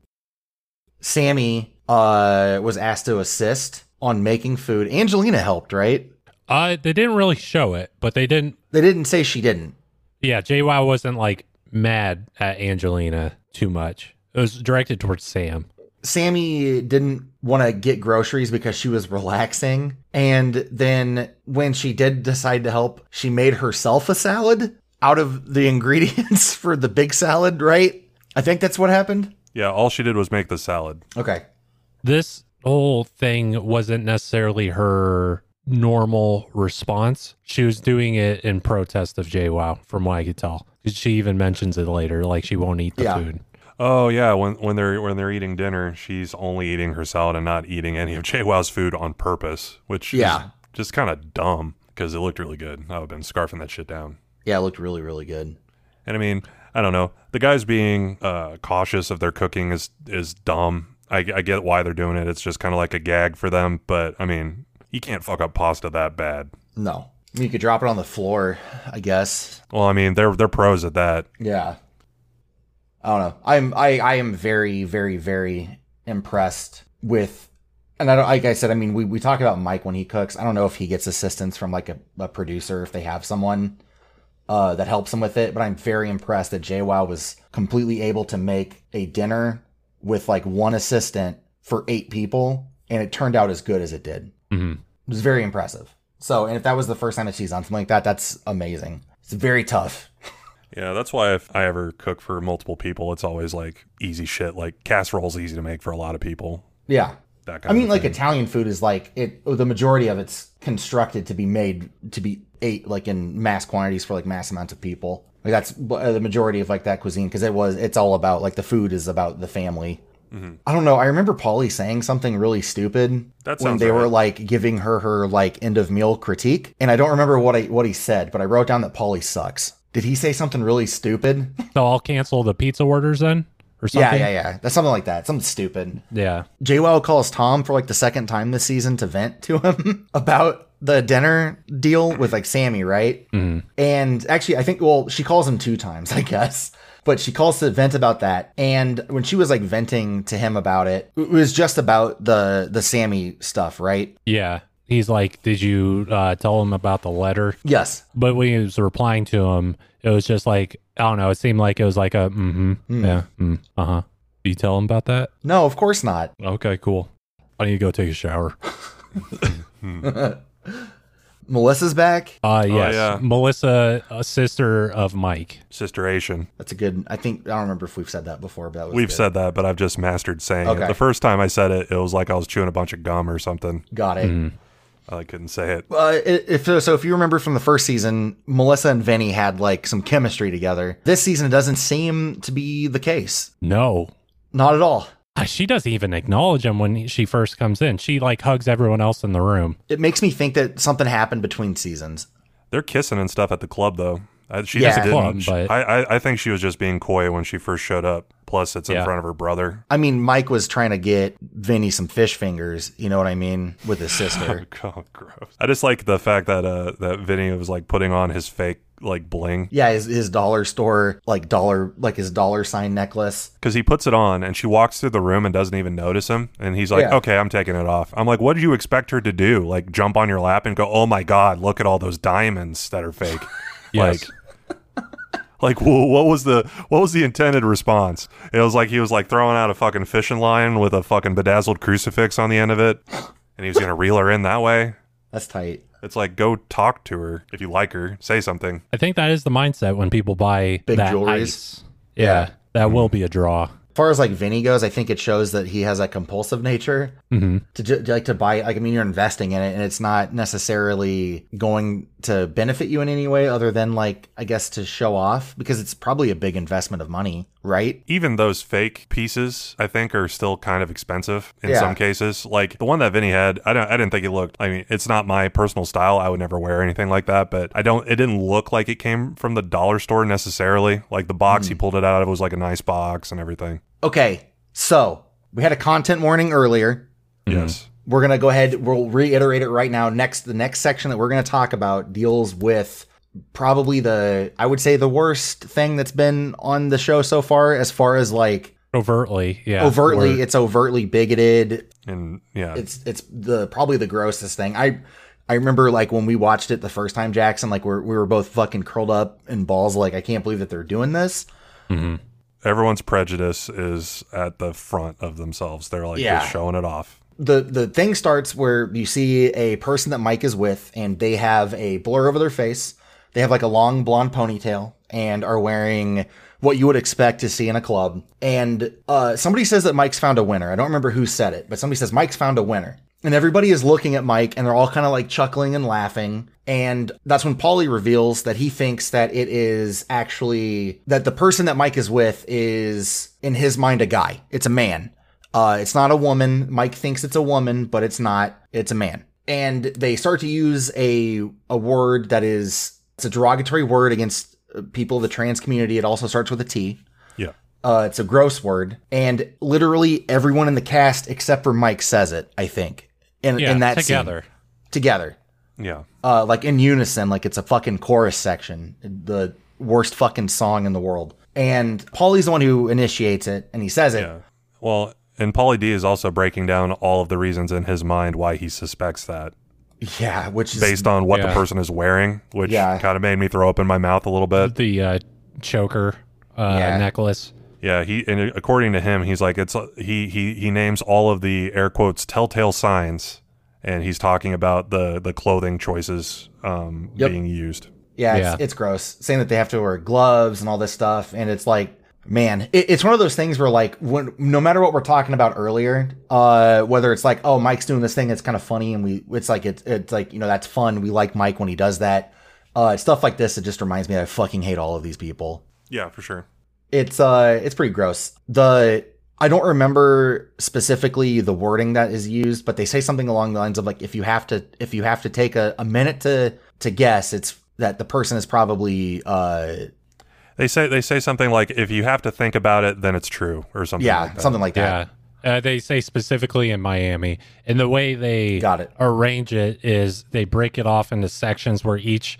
Speaker 6: Sammy uh, was asked to assist on making food. Angelina helped, right?
Speaker 7: Uh, they didn't really show it, but they didn't.
Speaker 6: They didn't say she didn't.
Speaker 7: Yeah, Jay Wow wasn't like mad at Angelina too much. It was directed towards Sam.
Speaker 6: Sammy didn't want to get groceries because she was relaxing. And then when she did decide to help, she made herself a salad out of the ingredients for the big salad, right? I think that's what happened.
Speaker 5: Yeah, all she did was make the salad.
Speaker 6: Okay.
Speaker 7: This whole thing wasn't necessarily her normal response. She was doing it in protest of JWoww, from what I could tell. 'Cause She even mentions it later, like she won't eat the
Speaker 6: Yeah.
Speaker 7: food.
Speaker 5: Oh yeah, when when they're when they're eating dinner, she's only eating her salad and not eating any of JWoww's food on purpose, which
Speaker 6: Yeah.
Speaker 5: is just kind of dumb because it looked really good. I would have been scarfing that shit down.
Speaker 6: Yeah, it looked really, really good.
Speaker 5: And I mean, I don't know. The guys being uh, cautious of their cooking is is dumb. I, I get why they're doing it. It's just kind of like a gag for them. But I mean, you can't fuck up pasta that bad.
Speaker 6: No. You could drop it on the floor, I guess.
Speaker 5: Well, I mean, they're they're pros at that.
Speaker 6: Yeah. I don't know. I'm I I am very very very impressed with and I don't like I said I mean we we talk about Mike when he cooks. I don't know if he gets assistance from like a, a producer if they have someone uh that helps him with it, but I'm very impressed that JWoww was completely able to make a dinner with like one assistant for eight people and it turned out as good as it did.
Speaker 7: hmm
Speaker 6: It was very impressive. So, and if that was the first time that she's done something like that, that's amazing. It's very tough.
Speaker 5: Yeah, that's why if I ever cook for multiple people, it's always like easy shit. Like casserole's easy to make for a lot of people.
Speaker 6: Yeah.
Speaker 5: That kind
Speaker 6: I mean,
Speaker 5: of
Speaker 6: like
Speaker 5: thing.
Speaker 6: Italian food is like it. The majority of it's constructed to be made to be ate like in mass quantities for like mass amounts of people. Like that's uh, the majority of like that cuisine because it was. It's all about like the food is about the family.
Speaker 5: Mm-hmm.
Speaker 6: I don't know. I remember Polly saying something really stupid
Speaker 5: That
Speaker 6: when
Speaker 5: sounds
Speaker 6: they were
Speaker 5: right.
Speaker 6: like giving her her like end of meal critique, and I don't remember what I what he said, but I wrote down that Polly sucks. Did he say something really stupid?
Speaker 7: So I'll cancel the pizza orders then, or something.
Speaker 6: yeah, yeah, yeah. That's something like that. Something stupid.
Speaker 7: yeah.
Speaker 6: JWoww calls Tom for like the second time this season to vent to him about the dinner deal with like Sammy, right? Mm-hmm. And actually, I think well, she calls him two times, I guess. But she calls to vent about that, and when she was like venting to him about it, it was just about the the Sammy stuff, right?
Speaker 7: Yeah. He's like, Did you uh, tell him about the letter?
Speaker 6: Yes,
Speaker 7: But when he was replying to him, it was just like, I don't know. It seemed like it was like a, mm hmm. Yeah. Mm, uh huh. Do you tell him about that?
Speaker 6: no, of course not.
Speaker 7: Okay, cool. I need to go take a shower.
Speaker 6: Melissa's back.
Speaker 7: Uh, yes.
Speaker 5: yeah.
Speaker 7: Melissa, a sister of Mike.
Speaker 5: sister Asian.
Speaker 6: That's a good. I think I don't remember if we've said that before, but that was
Speaker 5: We've
Speaker 6: good.
Speaker 5: said that, but I've just mastered saying
Speaker 6: Okay.
Speaker 5: it. The first time I said it, it was like I was chewing a bunch of gum or something.
Speaker 6: got it.
Speaker 5: I couldn't say it.
Speaker 6: Uh, if so, if you remember from the first season, Melissa and Vinny had like some chemistry together. This season it doesn't seem to be the case.
Speaker 7: No.
Speaker 6: Not at all.
Speaker 7: Uh, She doesn't even acknowledge him when he- she first comes in. She like hugs everyone else in the room.
Speaker 6: It makes me think that something happened between seasons.
Speaker 5: They're kissing and stuff at the club, though. Uh, She
Speaker 6: Yeah.
Speaker 5: just didn't.
Speaker 7: Club,
Speaker 5: she-
Speaker 7: but-
Speaker 5: I, I, I think she was just being coy when she first showed up. Plus, it's in
Speaker 7: Yeah.
Speaker 5: front of her brother.
Speaker 6: I mean, Mike was trying to get Vinny some fish fingers, you know what I mean, with his sister.
Speaker 5: Oh, gross. I just like the fact that uh that Vinny was like putting on his fake like bling
Speaker 6: yeah, his, his dollar store, like dollar, like his dollar sign necklace.
Speaker 5: because he puts it on and she walks through the room and doesn't even notice him. And he's like,
Speaker 6: Yeah.
Speaker 5: "Okay, I'm taking it off." I'm like, "What did you expect her to do? Like jump on your lap and go, oh my god, look at all those diamonds that are fake."
Speaker 7: Yes.
Speaker 5: Like, like wh- what was the what was the intended response? It was like he was like throwing out a fucking fishing line with a fucking bedazzled crucifix on the end of it, and he was gonna reel her in that way.
Speaker 6: That's tight.
Speaker 5: It's like go talk to her if you like her, say something.
Speaker 7: I think that is the mindset when people buy
Speaker 6: Big
Speaker 7: that
Speaker 6: jewelries.
Speaker 7: ice. Yeah, that will be a draw.
Speaker 6: As far as like Vinny goes, I think it shows that he has a compulsive nature
Speaker 7: hmm
Speaker 6: to ju- like to buy like i mean you're investing in it and it's not necessarily going to benefit you in any way other than like i guess to show off because it's probably a big investment of money right
Speaker 5: even those fake pieces, I think, are still kind of expensive in
Speaker 6: Yeah.
Speaker 5: some cases. Like the one that Vinny had, I don't, I didn't think it looked. I mean, it's not my personal style. I would never wear anything like that. But I don't. It didn't look like it came from the dollar store necessarily. Like the box he pulled it out of was like a nice box and everything.
Speaker 6: okay so we had a content warning earlier
Speaker 5: Yes.
Speaker 6: we're gonna go ahead we'll reiterate it right now next the next section that we're gonna talk about deals with probably the i would say the worst thing that's been on the show so far as far as like
Speaker 7: Overtly, yeah.
Speaker 6: overtly
Speaker 7: Where-
Speaker 6: it's overtly bigoted
Speaker 5: And yeah,
Speaker 6: it's it's the probably the grossest thing. I I remember like when we watched it the first time, Jackson. Like we're, we were both fucking curled up in balls. Like I can't believe that they're doing this.
Speaker 5: everyone's prejudice is at the front of themselves. They're like
Speaker 6: Yeah.
Speaker 5: just showing it off.
Speaker 6: the the thing starts where you see a person that Mike is with, and they have a blur over their face. They have like a long blonde ponytail and are wearing what you would expect to see in a club. And uh, somebody says that Mike's found a winner. I don't remember who said it, but somebody says Mike's found a winner. And everybody is looking at Mike and they're all kind of like chuckling and laughing. And that's when Polly reveals that he thinks that it is actually that the person that Mike is with is in his mind a guy. It's a man. Uh, it's not a woman. Mike thinks it's a woman, but it's not. It's a man. And they start to use a a word that is it's a derogatory word against uh, people of the trans community. It also starts with a T.
Speaker 5: Yeah.
Speaker 6: Uh, it's a gross word, and literally everyone in the cast except for Mike says it. I think. In,
Speaker 7: Yeah,
Speaker 6: in that scene.
Speaker 7: together.
Speaker 6: together,
Speaker 5: Yeah.
Speaker 6: uh, like in unison, like it's a fucking chorus section, the worst fucking song in the world. And Paulie's the one who initiates it, and he says it.
Speaker 5: Yeah. Well, and Paulie D is also breaking down all of the reasons in his mind why he suspects that
Speaker 6: Yeah, which is
Speaker 5: based on what
Speaker 7: Yeah.
Speaker 5: the person is wearing, which
Speaker 6: Yeah.
Speaker 5: kind of made me throw up in my mouth a little bit.
Speaker 7: The uh, choker uh,
Speaker 6: Yeah.
Speaker 7: necklace.
Speaker 6: Mm-hmm.
Speaker 5: Yeah, he and according to him, he's like it's he he he names all of the air quotes telltale signs, and he's talking about the the clothing choices um,
Speaker 6: Yep.
Speaker 5: being used.
Speaker 6: Yeah, It's,
Speaker 7: Yeah.
Speaker 6: it's gross. Saying that they have to wear gloves and all this stuff, and it's like, man, it, it's one of those things where like, when no matter what we're talking about earlier, uh, whether it's like, oh, Mike's doing this thing, it's kind of funny, and we, it's like, it's it's like, you know, that's fun. We like Mike when he does that. Uh, stuff like this, it just reminds me that I fucking hate all of these people
Speaker 5: Yeah, for sure.
Speaker 6: it's uh it's pretty gross the i don't remember specifically the wording that is used but they say something along the lines of like if you have to if you have to take a, a minute to to guess it's that the person is probably uh
Speaker 5: They say they say something like if you have to think about it, then it's true or something.
Speaker 6: yeah
Speaker 5: like that.
Speaker 6: something like that
Speaker 7: Yeah. Uh, they say specifically in Miami. And the way they
Speaker 6: Got it.
Speaker 7: arrange it is they break it off into sections where each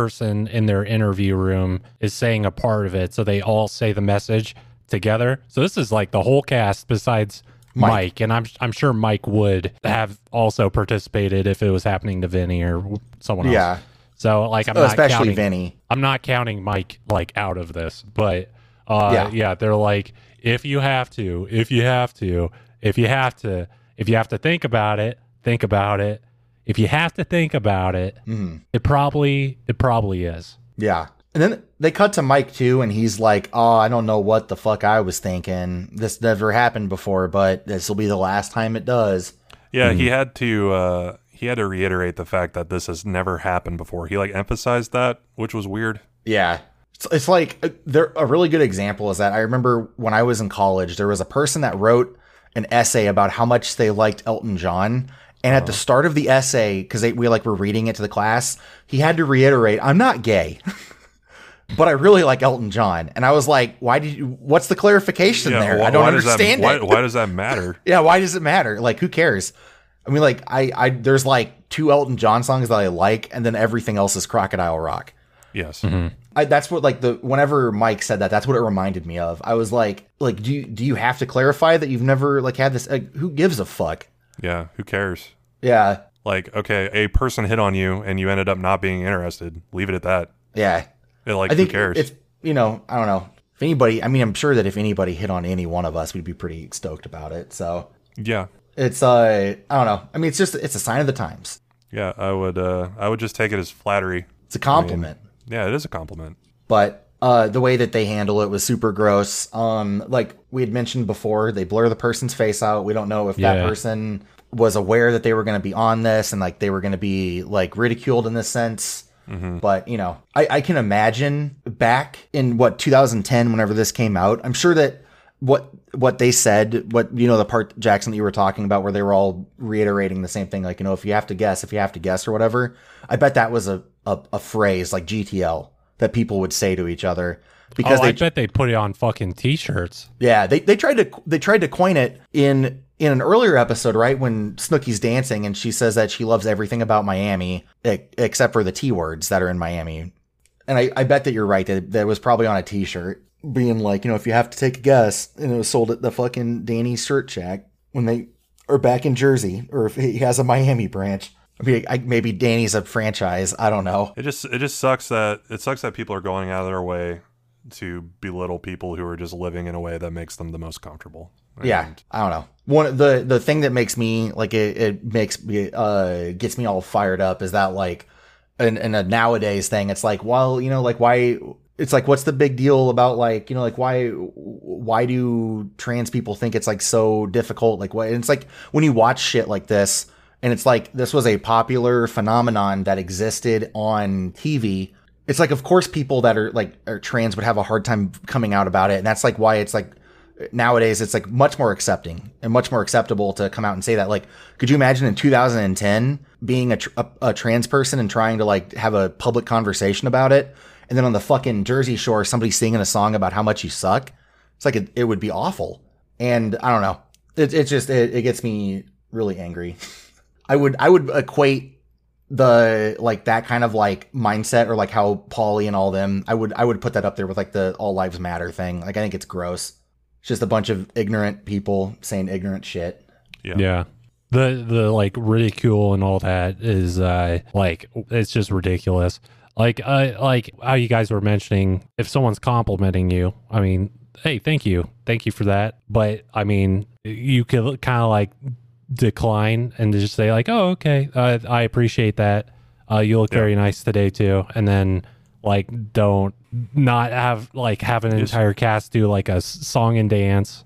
Speaker 7: person in their interview room is saying a part of it. So they all say the message together. So this is like the whole cast besides Mike. And I'm, I'm sure Mike would have also participated if it was happening to Vinny or someone else.
Speaker 6: Yeah.
Speaker 7: So like I'm
Speaker 6: Oh,
Speaker 7: not
Speaker 6: especially
Speaker 7: counting-
Speaker 6: vinny
Speaker 7: I'm not counting Mike like out of this, but uh,
Speaker 6: Yeah.
Speaker 7: yeah. they're like, if you have to, if you have to, if you have to, if you have to think about it, think about it. If you have to think about it,
Speaker 6: Mm-hmm.
Speaker 7: it probably it probably is.
Speaker 6: Yeah. And then they cut to Mike too, and he's like, Oh, I don't know what the fuck I was thinking. This never happened before, but this will be the last time it does.
Speaker 5: Yeah, he had to uh, he had to reiterate the fact that this has never happened before. He like emphasized that, which was weird.
Speaker 6: Yeah. It's, it's like uh, there a really good example is that I remember when I was in college, there was a person that wrote an essay about how much they liked Elton John. And at the
Speaker 5: Uh-huh.
Speaker 6: start of the essay, because we like were reading it to the class, he had to reiterate, "I'm not gay, but I really like Elton John." And I was like, "Why did you? What's the clarification
Speaker 5: Yeah,
Speaker 6: there?
Speaker 5: wh-
Speaker 6: I don't
Speaker 5: why does that-
Speaker 6: understand
Speaker 5: why-
Speaker 6: it.
Speaker 5: Why does that matter?
Speaker 6: Yeah, why does it matter? Like, who cares? I mean, like, I, I, there's like two Elton John songs that I like, and then everything else is Crocodile Rock.
Speaker 5: yes.
Speaker 6: I, that's what like the whenever Mike said that, that's what it reminded me of. I was like, like, do you do you have to clarify that you've never like had this? Like, who gives a fuck?
Speaker 5: Yeah. Who cares?
Speaker 6: Yeah,
Speaker 5: Like, okay, a person hit on you and you ended up not being interested. Leave it at that.
Speaker 6: yeah.
Speaker 5: It, like,
Speaker 6: I think
Speaker 5: who cares?
Speaker 6: it's you know I don't know if anybody. I mean, I'm sure that if anybody hit on any one of us, we'd be pretty stoked about it. So
Speaker 5: yeah.
Speaker 6: it's uh, I don't know. I mean, it's just it's a sign of the times.
Speaker 5: Yeah, I would uh I would just take it as flattery.
Speaker 6: It's a compliment.
Speaker 5: Yeah, it is a compliment.
Speaker 6: but uh, the way that they handle it was super gross. Um, like we had mentioned before, they blur the person's face out. We don't know if that
Speaker 7: Yeah.
Speaker 6: person was aware that they were going to be on this and like they were going to be like ridiculed in this sense.
Speaker 7: Mm-hmm.
Speaker 6: But you know, I, I can imagine back in what 2010, whenever this came out, I'm sure that what what they said, what you know, the part Jackson that you were talking about, where they were all reiterating the same thing, like you know, if you have to guess, if you have to guess or whatever. I bet that was a a, a phrase like GTL that people would say to each other because
Speaker 7: oh,
Speaker 6: they
Speaker 7: I bet they put it on fucking t-shirts.
Speaker 6: yeah, they, they tried to they tried to coin it in in an earlier episode, right? When Snooki's dancing and she says that she loves everything about Miami e- except for the T words that are in Miami. And I, I bet that you're right that that was probably on a T-shirt, being like, you know, if you have to take a guess, and it was sold at the fucking Danny's Shirt Shack when they are back in Jersey, or if he has a Miami branch. I mean, I, maybe Danny's a franchise. I don't know.
Speaker 5: It just it just sucks that it sucks that people are going out of their way to belittle people who are just living in a way that makes them the most comfortable.
Speaker 6: Yeah,
Speaker 5: And
Speaker 6: I don't know. One the the thing that makes me like it, it makes me uh gets me all fired up is that like in, in a nowadays thing it's like well you know like why it's like what's the big deal about like you know like why why do trans people think it's like so difficult like what and it's like when you watch shit like this and it's like this was a popular phenomenon that existed on TV it's like of course people that are like are trans would have a hard time coming out about it and that's like why it's like nowadays it's like much more accepting and much more acceptable to come out and say that like could you imagine in 2010 being a, tr- a, a trans person and trying to like have a public conversation about it and then on the fucking jersey shore somebody singing a song about how much you suck it's like it, it would be awful and i don't know it, it just it, it gets me really angry i would i would equate the like that kind of like mindset or like how Paulie and all them I would I would put that up there with like the all lives matter thing. Like I think it's gross. It's just a bunch of ignorant people saying ignorant shit.
Speaker 5: Yeah.
Speaker 7: Yeah. The the like ridicule and all that is uh like it's just ridiculous. Like uh like how you guys were mentioning if someone's complimenting you, I mean, hey, thank you. Thank you for that. But I mean, you could kind of like decline and just say like, "Oh, okay. Uh, I appreciate that. Uh you look very nice today too." And then like don't not have like have an entire cast do like a s- song and dance.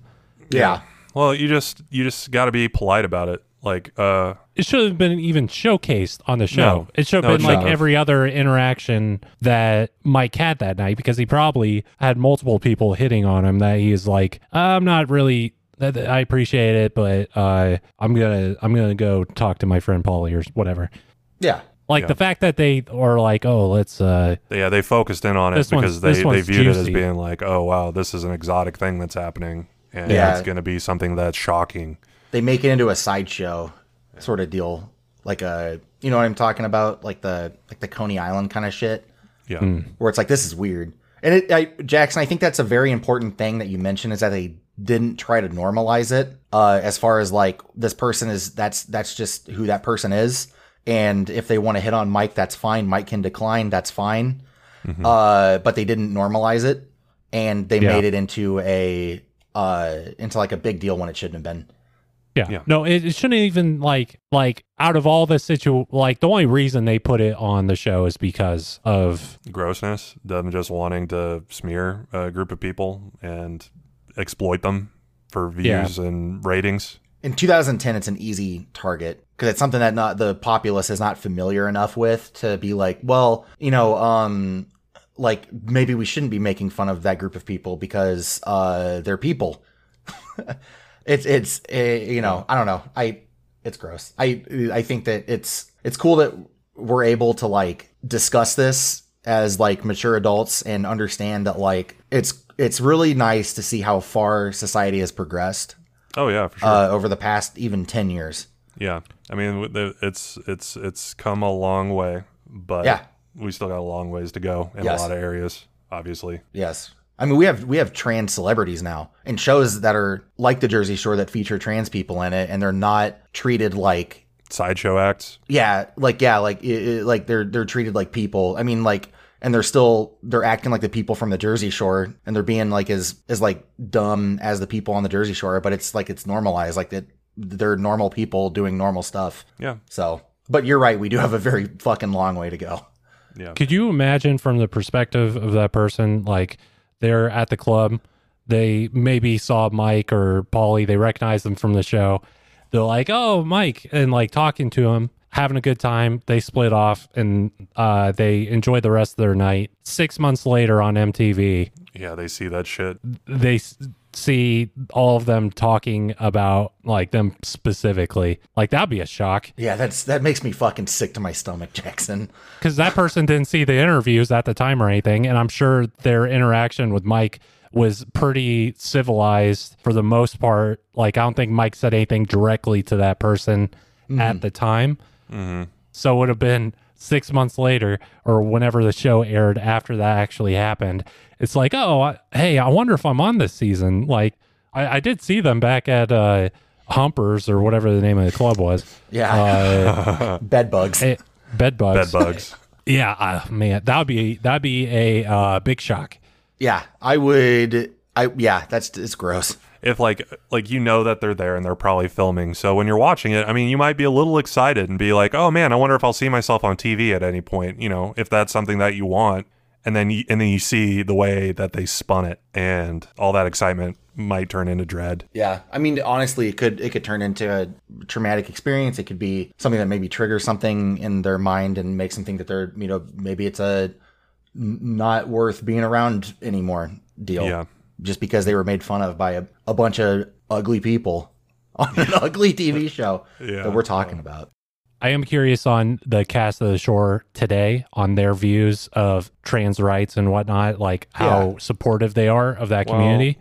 Speaker 6: Yeah.
Speaker 5: Well, you just you just got to be polite about it. Like, uh,
Speaker 7: it should have been even showcased on the show.
Speaker 5: No.
Speaker 7: it should have
Speaker 5: No, it
Speaker 7: been like
Speaker 6: shouldn't have.
Speaker 7: every other interaction that Mike had that night because he probably had multiple people hitting on him that he's like, I'm not really. that- that- I appreciate it, but uh, I'm gonna I'm gonna go talk to my friend Paulie or whatever.
Speaker 6: Yeah.
Speaker 7: Like
Speaker 5: Yeah.
Speaker 7: the fact that they are like, oh, let's uh,
Speaker 5: yeah, they focused in on it
Speaker 7: This
Speaker 5: because
Speaker 7: one's-
Speaker 5: they
Speaker 7: this
Speaker 5: they
Speaker 7: one's
Speaker 5: viewed it as
Speaker 7: juicy.
Speaker 5: being like, oh wow, this is an exotic thing that's happening, and
Speaker 6: Yeah.
Speaker 5: it's going to be something that's shocking.
Speaker 6: They make it into a sideshow sort of deal. Like a you know what I'm talking about? Like the like the Coney Island kind of shit.
Speaker 5: Yeah.
Speaker 7: Hmm.
Speaker 6: where it's like this is weird. And it, I, Jackson, I think that's a very important thing that you mentioned is that they didn't try to normalize it uh, as far as like this person is that's that's just who that person is, and if they want to hit on Mike, that's fine. Mike can decline, that's fine. Uh, but they didn't normalize it, and they
Speaker 7: Yeah.
Speaker 6: made it into a uh, into like a big deal when it shouldn't have been.
Speaker 7: Yeah.
Speaker 5: Yeah.
Speaker 7: No, it, it shouldn't even like like out of all the situ like the only reason they put it on the show is because of
Speaker 5: grossness, them just wanting to smear a group of people and exploit them for
Speaker 7: Yeah.
Speaker 5: views and ratings.
Speaker 6: in 2010 it's an easy target because it's something that not the populace is not familiar enough with to be like well you know um like maybe we shouldn't be making fun of that group of people because uh they're people it's it's uh, you know i don't know i it's gross i i think that it's it's cool that we're able to like discuss this as like mature adults and understand that like it's it's really nice to see how far society has progressed
Speaker 5: Oh yeah, for sure.
Speaker 6: uh, over the past even 10 years.
Speaker 5: yeah, I mean with the- it's it's it's come a long way, but
Speaker 6: Yeah.
Speaker 5: we still got a long ways to go in
Speaker 6: Yes.
Speaker 5: a lot of areas. Obviously,
Speaker 6: Yes. I mean, we have we have trans celebrities now and shows that are like the Jersey Shore that feature trans people in it, and they're not treated like
Speaker 5: sideshow acts.
Speaker 6: yeah, like yeah, like i i- like they're they're treated like people. I mean, like and they're still they're acting like the people from the Jersey Shore, and they're being like as as like dumb as the people on the Jersey Shore, but it's like it's normalized, like that they're normal people doing normal stuff.
Speaker 5: Yeah,
Speaker 6: So, but you're right, we do have a very fucking long way to go.
Speaker 5: yeah,
Speaker 7: Could you imagine from the perspective of that person, like they're at the club, they maybe saw Mike or Paulie, they recognize them from the show. They're like, "Oh, Mike," and like talking to him, having a good time. They split off and uh, they enjoy the rest of their night. Six months later on MTV,
Speaker 5: yeah. They see that shit.
Speaker 7: they s- see all of them talking about like them specifically. Like that'd be a shock
Speaker 6: Yeah, that's that makes me fucking sick to my stomach, Jackson.
Speaker 7: because that person didn't see the interviews at the time or anything and i'm sure their interaction with mike was pretty civilized for the most part like i don't think mike said anything directly to that person at the time Mm-hmm. so it would have been six months later or whenever the show aired after that actually happened it's like oh I, hey i wonder if i'm on this season like i, I did see them back at uh humpers or whatever the name of the club was
Speaker 6: Yeah, bed bugs.
Speaker 7: Eh, bed bugs
Speaker 5: Bed bugs.
Speaker 7: yeah, uh, man, that would be that'd be a uh, big shock.
Speaker 6: Yeah, I would. I yeah, that's it's gross.
Speaker 5: if like like you know that they're there and they're probably filming. So when you're watching it, I mean, you might be a little excited and be like, "Oh man, I wonder if I'll see myself on TV at any point." You know, if that's something that you want, and then you, and then you see the way that they spun it, and all that excitement might turn into dread.
Speaker 6: Yeah, I mean, honestly, it could it could turn into a traumatic experience. It could be something that maybe triggers something in their mind and makes them think that they're you know maybe it's a n- not worth being around anymore deal.
Speaker 5: Yeah.
Speaker 6: just because they were made fun of by a, a bunch of ugly people on an ugly TV show
Speaker 5: Yeah.
Speaker 6: that we're talking about.
Speaker 7: I am curious on the cast of the shore today on their views of trans rights and whatnot, like how
Speaker 6: Yeah.
Speaker 7: supportive they are of that community.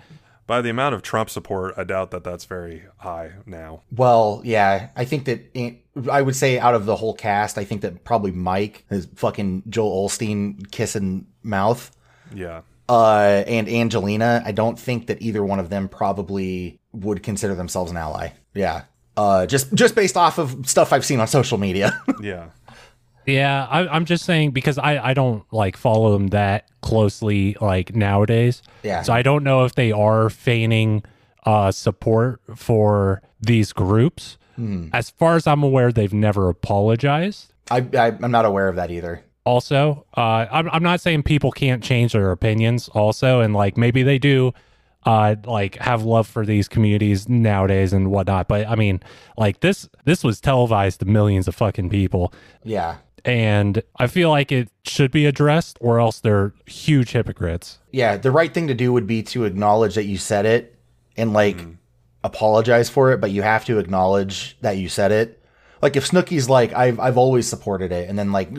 Speaker 5: By the amount of Trump support, I doubt that that's very high now.
Speaker 6: Well, yeah, I think that it, I would say out of the whole cast, I think that probably Mike, his fucking Joel Olstein kissing mouth,
Speaker 5: Yeah.
Speaker 6: uh, and Angelina, I don't think that either one of them probably would consider themselves an ally. Yeah. Uh, just just based off of stuff I've seen on social media.
Speaker 5: Yeah.
Speaker 7: Yeah, I, I'm just saying because I, I don't like follow them that closely like nowadays.
Speaker 6: Yeah.
Speaker 7: So I don't know if they are feigning uh, support for these groups.
Speaker 6: Hmm.
Speaker 7: As far as I'm aware, they've never apologized.
Speaker 6: I, I I'm not aware of that either.
Speaker 7: Also, uh, I'm I'm not saying people can't change their opinions. Also, and like maybe they do, uh, like have love for these communities nowadays and whatnot. But I mean, like this this was televised to millions of fucking people
Speaker 6: Yeah.
Speaker 7: and I feel like it should be addressed, or else they're huge hypocrites.
Speaker 6: Yeah, the right thing to do would be to acknowledge that you said it and like apologize for it, but you have to acknowledge that you said it. Like if Snooki's like, I've I've always supported it, and then like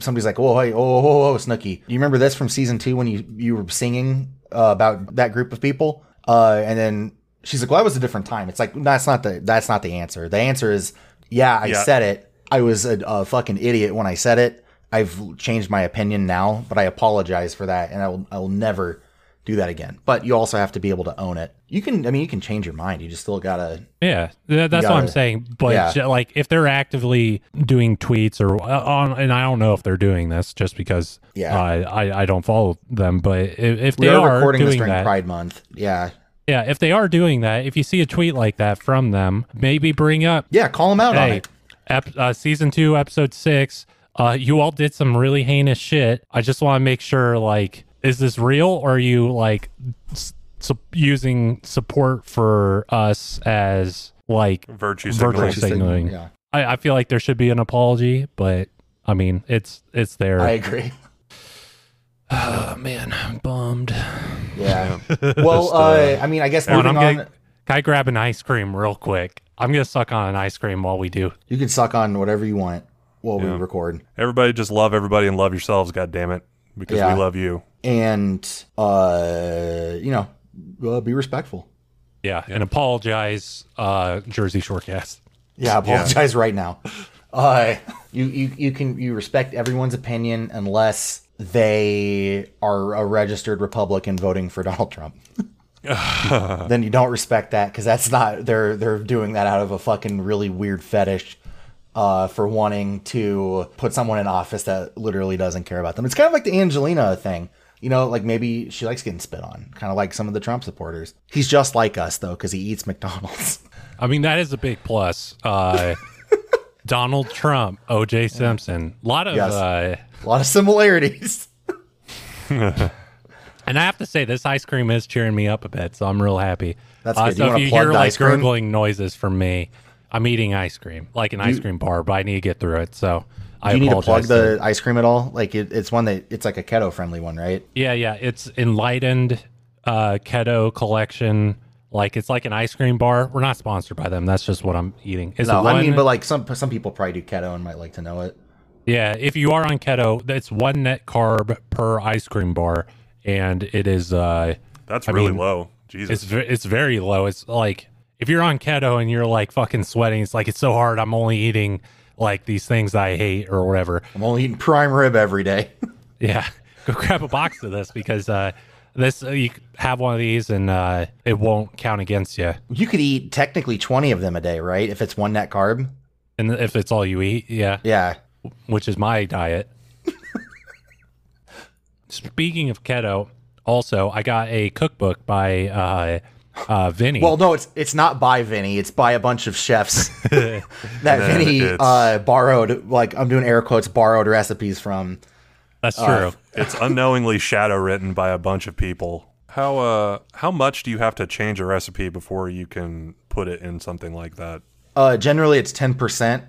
Speaker 6: somebody's like, oh hey, oh oh oh, oh Snooki, you remember this from season two when you you were singing uh, about that group of people, uh, and then she's like, well that was a different time. It's like that's not the that's not the answer. The answer is yeah, I
Speaker 5: Yeah.
Speaker 6: said it. I was a, a fucking idiot when I said it. I've changed my opinion now, but I apologize for that, and I will I will never do that again. But you also have to be able to own it. You can, I mean, you can change your mind. You just still gotta.
Speaker 7: Yeah, th- that's what
Speaker 6: Got
Speaker 7: I'm
Speaker 6: it.
Speaker 7: saying. But
Speaker 6: Yeah.
Speaker 7: ju- like, if they're actively doing tweets or uh, on, and I don't know if they're doing this just because
Speaker 6: Yeah.
Speaker 7: uh, I I don't follow them. But if, if
Speaker 6: We
Speaker 7: they
Speaker 6: are
Speaker 7: are
Speaker 6: recording
Speaker 7: doing
Speaker 6: this during
Speaker 7: that,
Speaker 6: Pride Month. Yeah,
Speaker 7: yeah, if they are doing that, if you see a tweet like that from them, maybe bring up
Speaker 6: yeah. Call them out on
Speaker 7: hey,
Speaker 6: it.
Speaker 7: ep- uh, season two, episode six. Uh, you all did some really heinous shit. I just want to make sure, like, is this real or are you like s- su- using support for us as like
Speaker 5: Virtue signaling.
Speaker 7: virtual
Speaker 6: sig-
Speaker 7: signaling?
Speaker 6: yeah.
Speaker 7: I, I feel like there should be an apology, but I mean, it's it's there.
Speaker 6: I agree.
Speaker 7: oh man, I'm bummed.
Speaker 6: Yeah. well,
Speaker 5: Just,
Speaker 6: uh,
Speaker 5: uh,
Speaker 6: I mean, I guess
Speaker 7: Hold on,
Speaker 6: moving
Speaker 7: I'm
Speaker 6: on,
Speaker 7: gonna, can I grab an ice cream real quick? I'm gonna suck on an ice cream while we do.
Speaker 6: you can suck on whatever you want while we
Speaker 5: Yeah.
Speaker 6: record.
Speaker 5: Everybody just love everybody and love yourselves, god damn it, because
Speaker 6: Yeah.
Speaker 5: we love you.
Speaker 6: and uh you know uh, be respectful
Speaker 7: Yeah, and apologize, uh, Jersey Shorecast.
Speaker 6: yeah I apologize right now uh you, you you can you respect everyone's opinion unless they are a registered republican voting for donald trump then you don't respect that because that's not they're they're doing that out of a fucking really weird fetish uh, for wanting to put someone in office that literally doesn't care about them. It's kind of like the Angelina thing. You know, like maybe she likes getting spit on, kind of like some of the Trump supporters. He's just like us though, because he eats McDonald's.
Speaker 7: I mean, that is a big plus. Uh, Donald Trump, O.J. Simpson, a lot of,
Speaker 6: Yes.
Speaker 7: uh,
Speaker 6: a lot of similarities.
Speaker 7: and I have to say, this ice cream is cheering me up a bit, so I'm real happy.
Speaker 6: That's
Speaker 7: uh,
Speaker 6: good. You
Speaker 7: So
Speaker 6: wanna
Speaker 7: if you
Speaker 6: plug
Speaker 7: hear
Speaker 6: the
Speaker 7: like
Speaker 6: ice cream?
Speaker 7: gurgling noises from me, I'm eating ice cream, like an ice cream bar, but I need to get through it. So I
Speaker 6: Do you need to plug
Speaker 7: apologize.
Speaker 6: the ice cream at all? Like it, it's one that it's like a keto friendly one, right?
Speaker 7: yeah, yeah, it's enlightened uh, keto collection. Like it's like an ice cream bar. We're not sponsored by them. That's just what I'm eating. It's
Speaker 6: No,
Speaker 7: one,
Speaker 6: I mean, but like some some people probably do keto and might like to know it.
Speaker 7: Yeah, if you are on keto, that's one net carb per ice cream bar, and it is uh,
Speaker 5: That's
Speaker 7: I
Speaker 5: really
Speaker 7: mean,
Speaker 5: low. Jesus.
Speaker 7: it's ve- it's very low. It's like if you're on keto and you're like fucking sweating, it's like it's so hard. I'm only eating like these things I hate or whatever.
Speaker 6: I'm only eating prime rib every day.
Speaker 7: Yeah, go grab a box of this because uh, this you c- have one of these and uh, it won't count against you.
Speaker 6: you could eat technically twenty of them a day, right? If it's one net carb.
Speaker 7: And if it's all you eat, yeah,
Speaker 6: Yeah.
Speaker 7: which is my diet. Speaking of keto, also, I got a cookbook by uh, uh, Vinny.
Speaker 6: Well, no, it's it's not by Vinny. It's by a bunch of chefs that Vinny
Speaker 5: it's-
Speaker 6: uh, borrowed. Like I'm doing air quotes, borrowed recipes from.
Speaker 7: that's
Speaker 6: uh,
Speaker 7: true.
Speaker 5: It's unknowingly shadow written by a bunch of people. How uh how much do you have to change a recipe before you can put it in something like that?
Speaker 6: Uh, generally, it's ten percent.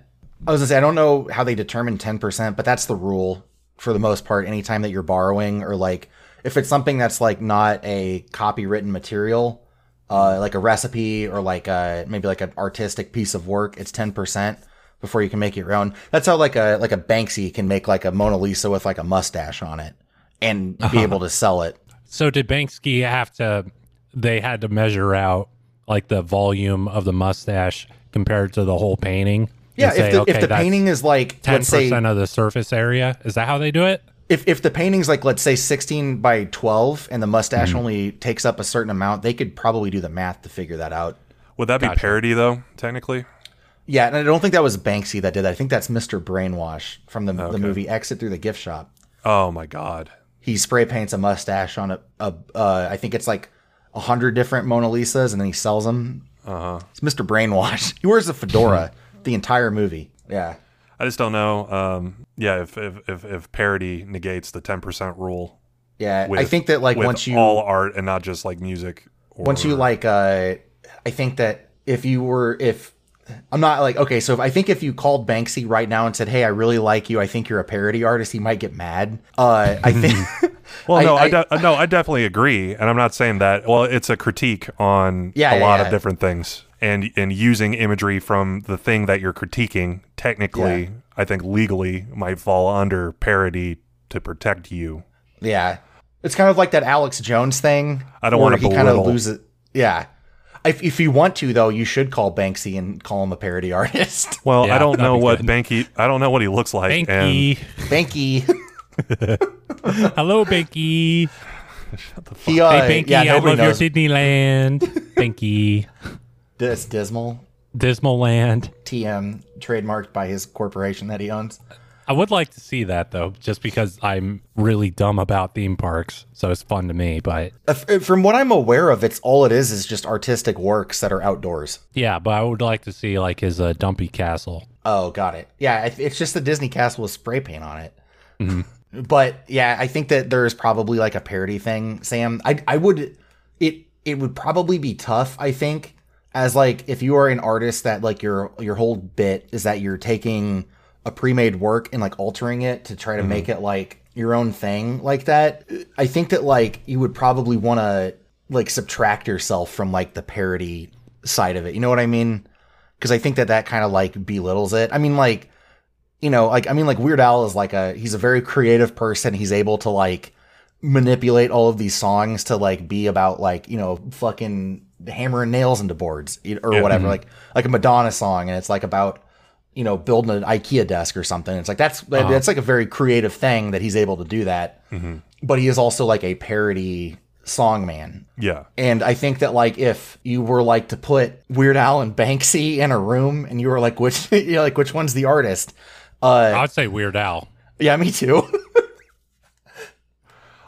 Speaker 6: I was gonna say I don't know how they determine ten percent, but that's the rule for the most part. Anytime that you're borrowing or like if it's something that's like not a copywritten material, uh, like a recipe or like a, maybe like an artistic piece of work, it's ten percent before you can make it your own. That's how like a like a Banksy can make like a Mona Lisa with like a mustache on it and
Speaker 7: Uh-huh.
Speaker 6: be able to sell it.
Speaker 7: So did Banksy have to? They had to measure out like the volume of the mustache compared to the whole painting. and
Speaker 6: Yeah,
Speaker 7: say,
Speaker 6: if the,
Speaker 7: okay,
Speaker 6: if the
Speaker 7: that's
Speaker 6: painting is like
Speaker 7: ten
Speaker 6: let's say
Speaker 7: percent of the surface area, is that how they do it?
Speaker 6: if if the painting's like let's say 16 by 12 and the mustache
Speaker 5: Mm-hmm.
Speaker 6: only takes up a certain amount they could probably do the math to figure that out
Speaker 5: Would that be parody though, technically?
Speaker 6: yeah and i don't think that was banksy that did that i think that's mr brainwash from the, the movie exit through the gift shop
Speaker 5: Oh my god.
Speaker 6: he spray paints a mustache on a, a uh, i think it's like a hundred different mona lisas and then he sells them uh-huh. it's mr brainwash he wears a fedora the entire movie yeah
Speaker 5: I just don't know. Um yeah, if if if, if parody negates the 10% rule
Speaker 6: yeah
Speaker 5: with
Speaker 6: i think that like
Speaker 5: with
Speaker 6: once you
Speaker 5: all art and not just like music or
Speaker 6: once you like uh i think that if you were if i'm not like okay so if, i think if you called banksy right now and said hey i really like you i think you're a parody artist he might get mad uh i think
Speaker 5: Well, no, I,
Speaker 6: I-
Speaker 5: de- no, I definitely agree, and I'm not saying that. Well, it's a critique on
Speaker 6: Yeah,
Speaker 5: a
Speaker 6: yeah,
Speaker 5: lot
Speaker 6: yeah.
Speaker 5: of different things, and and using imagery from the thing that you're critiquing. Technically,
Speaker 6: Yeah.
Speaker 5: I think legally might fall under parody to protect you.
Speaker 6: yeah it's kind of like that alex jones thing
Speaker 5: I don't
Speaker 6: where
Speaker 5: wanna
Speaker 6: he kind of
Speaker 5: belittle.
Speaker 6: loses yeah if, if you want to though you should call banksy and call him a parody artist
Speaker 5: Well,
Speaker 7: Yeah,
Speaker 5: I don't
Speaker 7: that'd
Speaker 5: know
Speaker 7: be
Speaker 5: what
Speaker 7: good.
Speaker 5: Banky. I don't know what he looks like.
Speaker 7: Banky,
Speaker 6: banky
Speaker 7: hello,
Speaker 6: he
Speaker 7: Banky.
Speaker 6: uh,
Speaker 7: Hey, Banky,
Speaker 6: yeah
Speaker 7: I
Speaker 6: nobody
Speaker 7: love
Speaker 6: knows
Speaker 7: your Disneyland. Banky,
Speaker 6: this dismal
Speaker 7: Dismal Land.
Speaker 6: tm trademarked by his corporation that he owns
Speaker 7: I would like to see that though, just because I'm really dumb about theme parks, so it's fun to me. But
Speaker 6: Uh, f- From what I'm aware of, it's all it is is just artistic works that are outdoors.
Speaker 7: yeah, but I would like to see like his uh, Dumpy Castle.
Speaker 6: Oh, got it. Yeah, it- it's just the Disney castle with spray paint on it. But yeah, I think that there is probably like a parody thing, Sam. I I would it it would probably be tough, I think, as like if you are an artist that like your your whole bit is that you're taking a pre-made work and like altering it to try to make it like your own thing like that. I think that like you would probably want to like subtract yourself from like the parody side of it. You know what I mean? Cuz I think that that kind of like belittles it. I mean like you know, like I mean, like Weird Al is like a he's a very creative person. He's able to like manipulate all of these songs to like be about like you know fucking hammering nails into boards you- or
Speaker 5: Yeah.
Speaker 6: whatever. Like like a Madonna song, and it's like about you know building an IKEA desk or something. It's like that's that- that's like a very creative thing that he's able to do that. But he is also like a parody song man.
Speaker 5: Yeah,
Speaker 6: And I think that like if you were like to put Weird Al and Banksy in a room and you were like which you know, like which one's the artist? Uh
Speaker 7: I would say Weird Al.
Speaker 6: yeah, me too.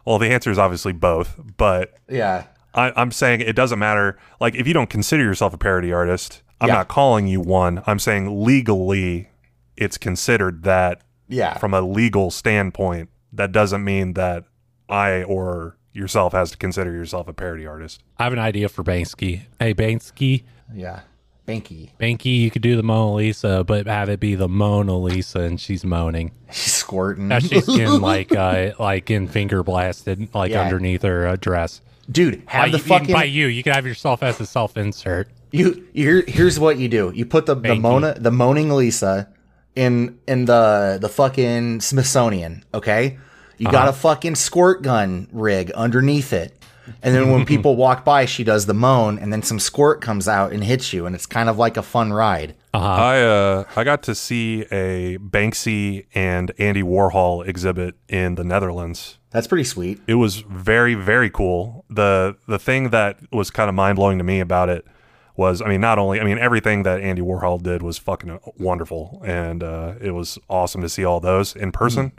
Speaker 5: Well, the answer is obviously both, but
Speaker 6: yeah.
Speaker 5: I, I'm saying it doesn't matter. Like, if you don't consider yourself a parody artist, I'm
Speaker 6: Yeah.
Speaker 5: not calling you one. I'm saying legally, it's considered that
Speaker 6: Yeah.
Speaker 5: from a legal standpoint. That doesn't mean that I or yourself has to consider yourself a parody artist.
Speaker 7: I have an idea for Banksy. Hey, Banksy,
Speaker 6: yeah. Banky.
Speaker 7: Banky, you could do the Mona Lisa, but have it be the Mona Lisa, and she's moaning.
Speaker 6: She's squirting.
Speaker 7: Now she's getting like, uh, like in finger blasted, like
Speaker 6: Yeah.
Speaker 7: underneath her uh, dress.
Speaker 6: Dude, have
Speaker 7: By
Speaker 6: the
Speaker 7: you-
Speaker 6: fucking
Speaker 7: by you, you could have yourself as a self insert.
Speaker 6: you here, here's what you do. You put the, the
Speaker 7: Banky.
Speaker 6: Mona the moaning Lisa in in the the fucking Smithsonian, okay? You got a fucking squirt gun rig underneath it. And then when people walk by, she does the moan and then some squirt comes out and hits you and it's kind of like a fun ride.
Speaker 5: I uh, I got to see a Banksy and Andy Warhol exhibit in the Netherlands.
Speaker 6: That's pretty sweet.
Speaker 5: It was very very cool. the The thing that was kind of mind blowing to me about it was, I mean, not only, I mean, everything that Andy Warhol did was fucking wonderful, and uh, it was awesome to see all those in person.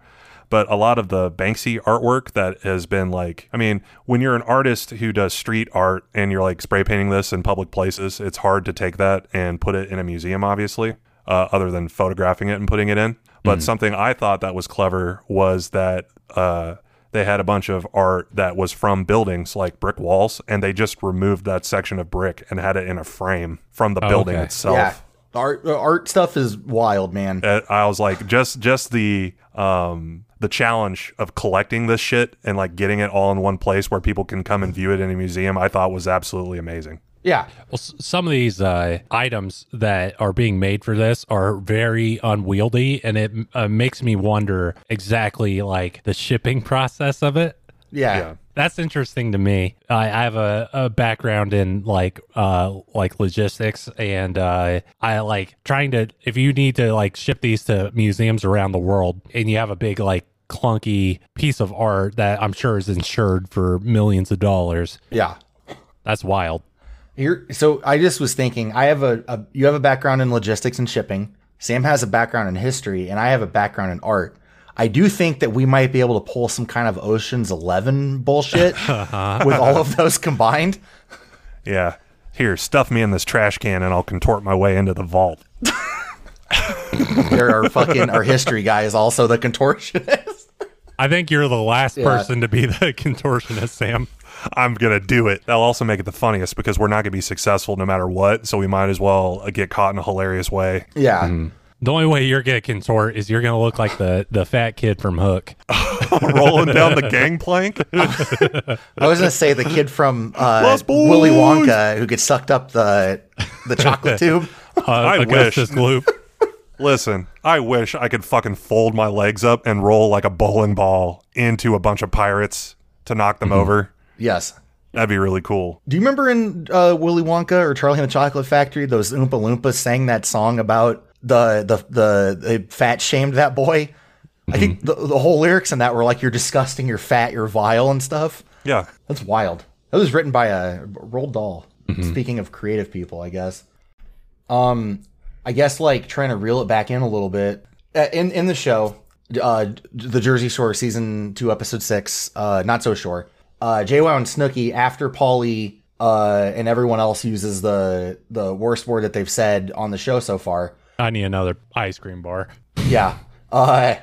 Speaker 5: but a lot of the Banksy artwork that has been like, I mean, when you're an artist who does street art and you're like spray painting this in public places, it's hard to take that and put it in a museum, obviously, uh, other than photographing it and putting it in. But something I thought that was clever was that uh, they had a bunch of art that was from buildings like brick walls, and they just removed that section of brick and had it in a frame from the building
Speaker 7: okay.
Speaker 5: itself.
Speaker 6: Yeah. Art uh, art stuff is wild, man.
Speaker 5: Uh, I was like, just just the um the challenge of collecting this shit and like getting it all in one place where people can come and view it in a museum, I thought was absolutely amazing.
Speaker 6: Yeah.
Speaker 7: Well, s- some of these uh, items that are being made for this are very unwieldy, and it uh, makes me wonder exactly like the shipping process of it.
Speaker 6: Yeah.
Speaker 5: Yeah.
Speaker 7: That's interesting to me. I, I have a, a background in like uh like logistics and uh I like trying to if you need to like ship these to museums around the world and you have a big like clunky piece of art that I'm sure is insured for millions of dollars.
Speaker 6: Yeah.
Speaker 7: That's wild.
Speaker 6: Here, so I just was thinking, I have a, a you have a background in logistics and shipping. Sam has a background in history, and I have a background in art. I do think that we might be able to pull some kind of Ocean's Eleven bullshit with all of those combined.
Speaker 5: Yeah. Here, stuff me in this trash can and I'll contort my way into the vault.
Speaker 6: There are fucking our history guy is also the contortionist.
Speaker 7: I think you're the last person to be the contortionist, Sam.
Speaker 5: I'm gonna do it. That'll also make it the funniest because we're not gonna be successful no matter what. So we might as well uh, get caught in a hilarious way.
Speaker 6: Yeah,
Speaker 7: The only way you're gonna contort is you're gonna look like the the fat kid from Hook. Uh,
Speaker 5: Rolling down the gangplank.
Speaker 6: I was gonna say the kid from uh,
Speaker 5: Los Boys!
Speaker 6: Willy Wonka who gets sucked up the the chocolate tube.
Speaker 7: Uh, Augustus
Speaker 5: wish.
Speaker 7: Gloop.
Speaker 5: Listen, I wish I could fucking fold my legs up and roll like a bowling ball into a bunch of pirates to knock them over.
Speaker 6: Yes.
Speaker 5: That'd be really cool.
Speaker 6: Do you remember in uh, Willy Wonka or Charlie and the Chocolate Factory, those Oompa Loompas sang that song about the the the, they fat shamed that boy? I think the, the whole lyrics in that were like, "You're disgusting, you're fat, you're vile, and stuff."
Speaker 5: Yeah.
Speaker 6: That's wild. That was written by a Roald Dahl. Speaking of creative people, I guess. Um, I guess like trying to reel it back in a little bit. Uh, in in the show, uh, the Jersey Shore season two, episode six, uh, not so sure. Uh, JWoww and Snooki after Polly uh and everyone else uses the the worst word that they've said on the show so far.
Speaker 7: I need another ice cream bar.
Speaker 6: Yeah. Uh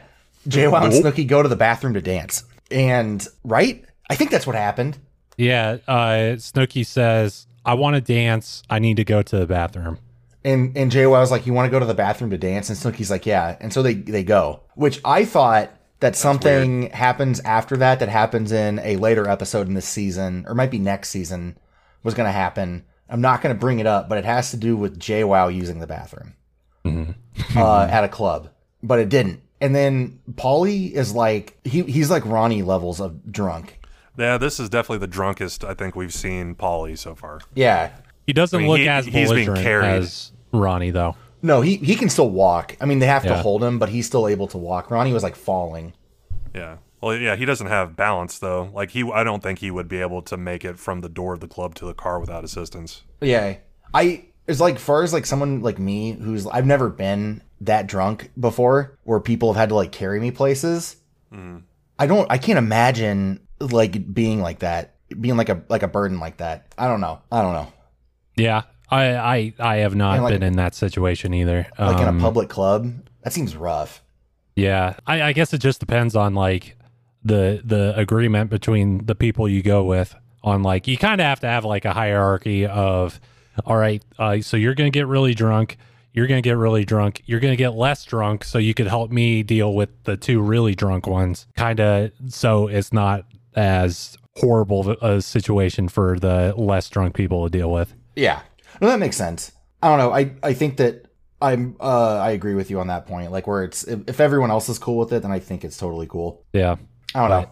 Speaker 6: JWoww and Snooki go to the bathroom to dance. And right? I think that's what happened.
Speaker 7: Yeah, uh, Snooky says, "I want to dance. I need to go to the bathroom."
Speaker 6: And and JWoww was like, "You want to go to the bathroom to dance?" And Snooki's like, "Yeah." And so they they go, which I thought that something happens after that that happens in a later episode in this season or might be next season was going to happen. I'm not going to bring it up, but it has to do with JWoww using the bathroom uh, at a club, but it didn't. And then Paulie is like he he's like Ronnie levels of drunk.
Speaker 5: Yeah, this is definitely the drunkest I think we've seen Polly so far.
Speaker 6: Yeah.
Speaker 7: He doesn't
Speaker 5: I mean,
Speaker 7: look
Speaker 5: he-
Speaker 7: as
Speaker 5: he's being
Speaker 7: belligerent
Speaker 5: carried.
Speaker 7: as Ronnie, though.
Speaker 6: No, he he can still walk. I mean, they have to
Speaker 7: Yeah.
Speaker 6: hold him, but he's still able to walk. Ronnie was like falling.
Speaker 5: Yeah. Well, yeah, he doesn't have balance though. Like he I don't think he would be able to make it from the door of the club to the car without assistance.
Speaker 6: Yeah. I it's like far as like someone like me who's I've never been that drunk before where people have had to like carry me places. I don't I can't imagine like being like that, being like a like a burden like that. I don't know. I don't know.
Speaker 7: Yeah, I I, I have not
Speaker 6: And, like-
Speaker 7: been in that situation either.
Speaker 6: Like in
Speaker 7: Um,
Speaker 6: a public club. That seems rough.
Speaker 7: Yeah, I, I guess it just depends on like the the agreement between the people you go with. On like, you kind of have to have like a hierarchy of, all right, uh, so you're gonna get really drunk, you're gonna get really drunk, you're gonna get less drunk, so you could help me deal with the two really drunk ones, kind of, so it's not as horrible of a situation for the less drunk people to deal with.
Speaker 6: Yeah. No, that makes sense. I don't know. I, I think that I'm uh I agree with you on that point. Like where it's if, if everyone else is cool with it, then I think it's totally cool.
Speaker 7: Yeah,
Speaker 6: I don't
Speaker 7: Right.
Speaker 6: know.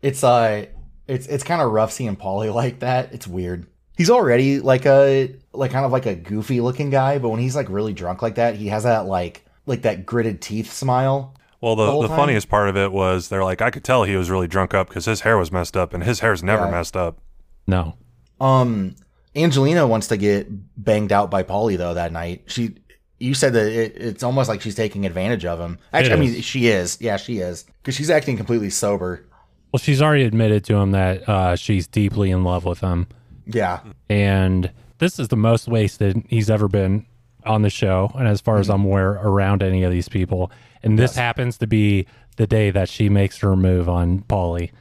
Speaker 6: It's uh it's it's kind of rough seeing Polly like that. It's weird. He's already like a like kind of like a goofy looking guy, but when he's like really drunk like that, he has that like like that gritted teeth smile.
Speaker 5: Well, the,
Speaker 6: The whole
Speaker 5: the,
Speaker 6: time?
Speaker 5: funniest part of it was they're like, I could tell he was really drunk up because his hair was messed up, and his hair's never
Speaker 6: Yeah.
Speaker 5: messed up.
Speaker 7: no,
Speaker 6: Um Angelina wants to get banged out by Polly though that night. She You said that it, it's almost like she's taking advantage of him. Actually, I
Speaker 7: It
Speaker 6: mean,
Speaker 7: is.
Speaker 6: she is. Yeah, she is. Because she's acting completely sober.
Speaker 7: Well, she's already admitted to him that uh, she's deeply in love with him.
Speaker 6: Yeah.
Speaker 7: and this is the most wasted he's ever been on the show and as far as
Speaker 6: Mm-hmm.
Speaker 7: i'm aware around any of these people and this happens to be the day that she makes her move on polly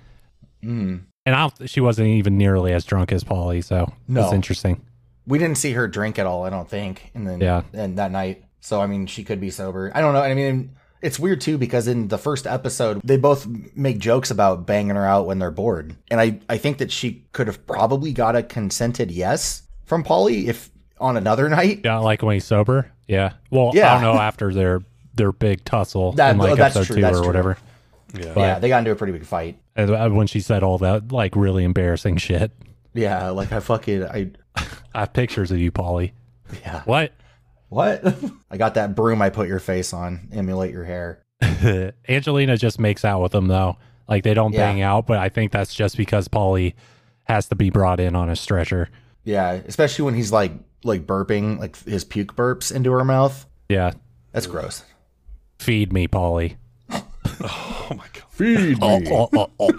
Speaker 6: Mm.
Speaker 7: and I don't, she wasn't even nearly as drunk as polly so
Speaker 6: No.
Speaker 7: it's interesting
Speaker 6: We didn't see her drink at all, I don't think. And then,
Speaker 7: Yeah.
Speaker 6: and that night. So, I mean, she could be sober. I don't know. I mean, it's weird too because in the first episode, they both make jokes about banging her out when they're bored. And I, I think that she could have probably got a consented yes from Polly if on another night.
Speaker 7: yeah like when he's sober yeah well i
Speaker 6: Yeah.
Speaker 7: don't know after their their big tussle
Speaker 6: That-
Speaker 7: in like
Speaker 6: oh, that's
Speaker 7: episode
Speaker 6: true,
Speaker 7: two
Speaker 6: that's
Speaker 7: or
Speaker 6: true.
Speaker 7: whatever
Speaker 6: yeah, they got into a pretty big fight.
Speaker 7: and uh, when she said all that like really embarrassing shit
Speaker 6: Yeah, like I fucking I
Speaker 7: i have pictures of you polly
Speaker 6: yeah.
Speaker 7: what
Speaker 6: What? I got that broom I put your face on. Emulate your hair.
Speaker 7: Angelina just makes out with him though. Like they don't
Speaker 6: Yeah.
Speaker 7: bang out, but I think that's just because Polly has to be brought in on a stretcher.
Speaker 6: Yeah, especially when he's like like burping, like his puke burps into her mouth.
Speaker 7: Yeah.
Speaker 6: That's gross.
Speaker 7: Feed me, Polly.
Speaker 5: Oh my god.
Speaker 6: Feed
Speaker 7: Oh, oh, oh.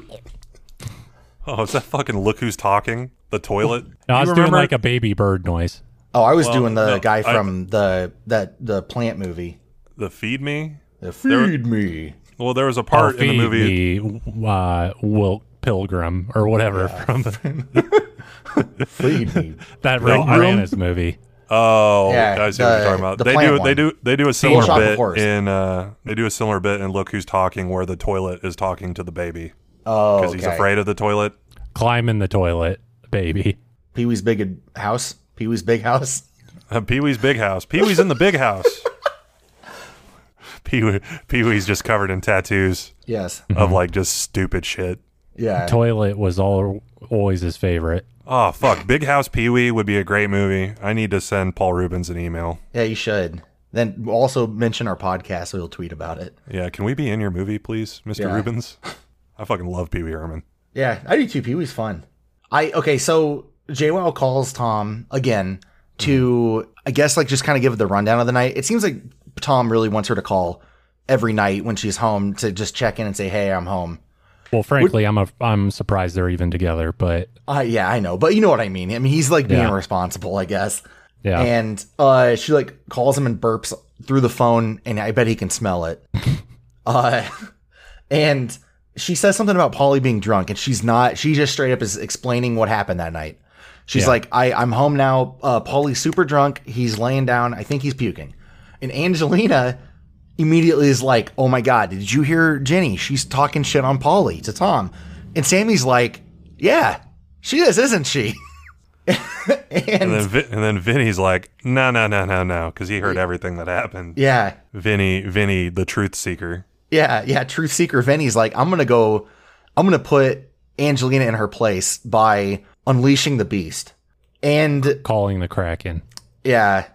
Speaker 5: Oh, is that fucking look who's talking? The toilet.
Speaker 7: No, I
Speaker 5: You
Speaker 7: was doing
Speaker 5: remember-
Speaker 7: like a baby bird noise.
Speaker 6: Oh, I was
Speaker 5: Well,
Speaker 6: doing the
Speaker 5: no,
Speaker 6: guy
Speaker 5: I-
Speaker 6: from the that the plant movie.
Speaker 5: the feed me.
Speaker 6: The feed me.
Speaker 5: Well, there was a part
Speaker 7: Oh,
Speaker 5: in the
Speaker 7: feed
Speaker 5: movie.
Speaker 7: me, uh, Wilt Pilgrim or whatever from
Speaker 6: Feed me.
Speaker 7: that
Speaker 5: Ring Room?
Speaker 7: Rick Moranis movie.
Speaker 5: Oh,
Speaker 6: Yeah,
Speaker 5: I see what
Speaker 6: the-
Speaker 5: you're talking about.
Speaker 6: the
Speaker 5: They
Speaker 6: plant
Speaker 5: do they
Speaker 6: one.
Speaker 5: do they do a similar
Speaker 6: Shop of
Speaker 5: bit
Speaker 6: Horrors.
Speaker 5: in uh they do a similar bit in Look Who's Talking where the toilet is talking to the baby
Speaker 6: Oh,
Speaker 5: because he's afraid of the toilet.
Speaker 7: Climb in the toilet, baby.
Speaker 6: Pee Wee's big house. Pee Wee's big house.
Speaker 5: Uh, Pee Wee's big house. Pee Wee's in the big house. Pee Wee Pee Wee's just covered in tattoos
Speaker 6: Yes.
Speaker 5: of
Speaker 7: Mm-hmm.
Speaker 5: like just stupid shit.
Speaker 6: Yeah.
Speaker 7: Toilet was all, always his favorite.
Speaker 5: Oh fuck, Big House Pee Wee would be a great movie. I need to send Paul Rubens an email.
Speaker 6: Yeah, you should. Then also mention our podcast. We'll tweet about it.
Speaker 5: Yeah, can we be in your movie, please, Mr.
Speaker 6: Yeah.
Speaker 5: Rubens? I fucking love Pee Wee Herman.
Speaker 6: Yeah, I do too. Pee Wee's fun. I okay, so JWoww calls Tom again
Speaker 5: Mm-hmm.
Speaker 6: to I guess like just kind of give the rundown of the night. It seems like Tom really wants her to call every night when she's home to just check in and say, "Hey, I'm home."
Speaker 7: Well, frankly, I'm a, I'm surprised they're even together, but
Speaker 6: Uh, yeah, I know, but you know what I mean. I mean, he's like being
Speaker 7: Yeah.
Speaker 6: responsible, I guess.
Speaker 7: yeah.
Speaker 6: And uh, she like calls him and burps through the phone, and I bet he can smell it. uh, and she says something about Polly being drunk, and she's not. She just straight up is explaining what happened that night. She's
Speaker 7: Yeah.
Speaker 6: like, I, I'm home now. Uh, Polly's super drunk. He's laying down. I think he's puking. And Angelina immediately is like, Oh my God, did you hear Jenny? She's talking shit on Polly to Tom. And Sammy's like, Yeah, she is, isn't she?
Speaker 5: And then, Vin- and then Vinny's like, no, no, no, no, no, because he heard everything that happened.
Speaker 6: Yeah.
Speaker 5: Vinny, Vinny, the truth seeker.
Speaker 6: Yeah, yeah. Truth Seeker Vinny's like, I'm gonna go, I'm gonna put Angelina in her place by unleashing the beast. And
Speaker 7: calling the Kraken.
Speaker 6: yeah,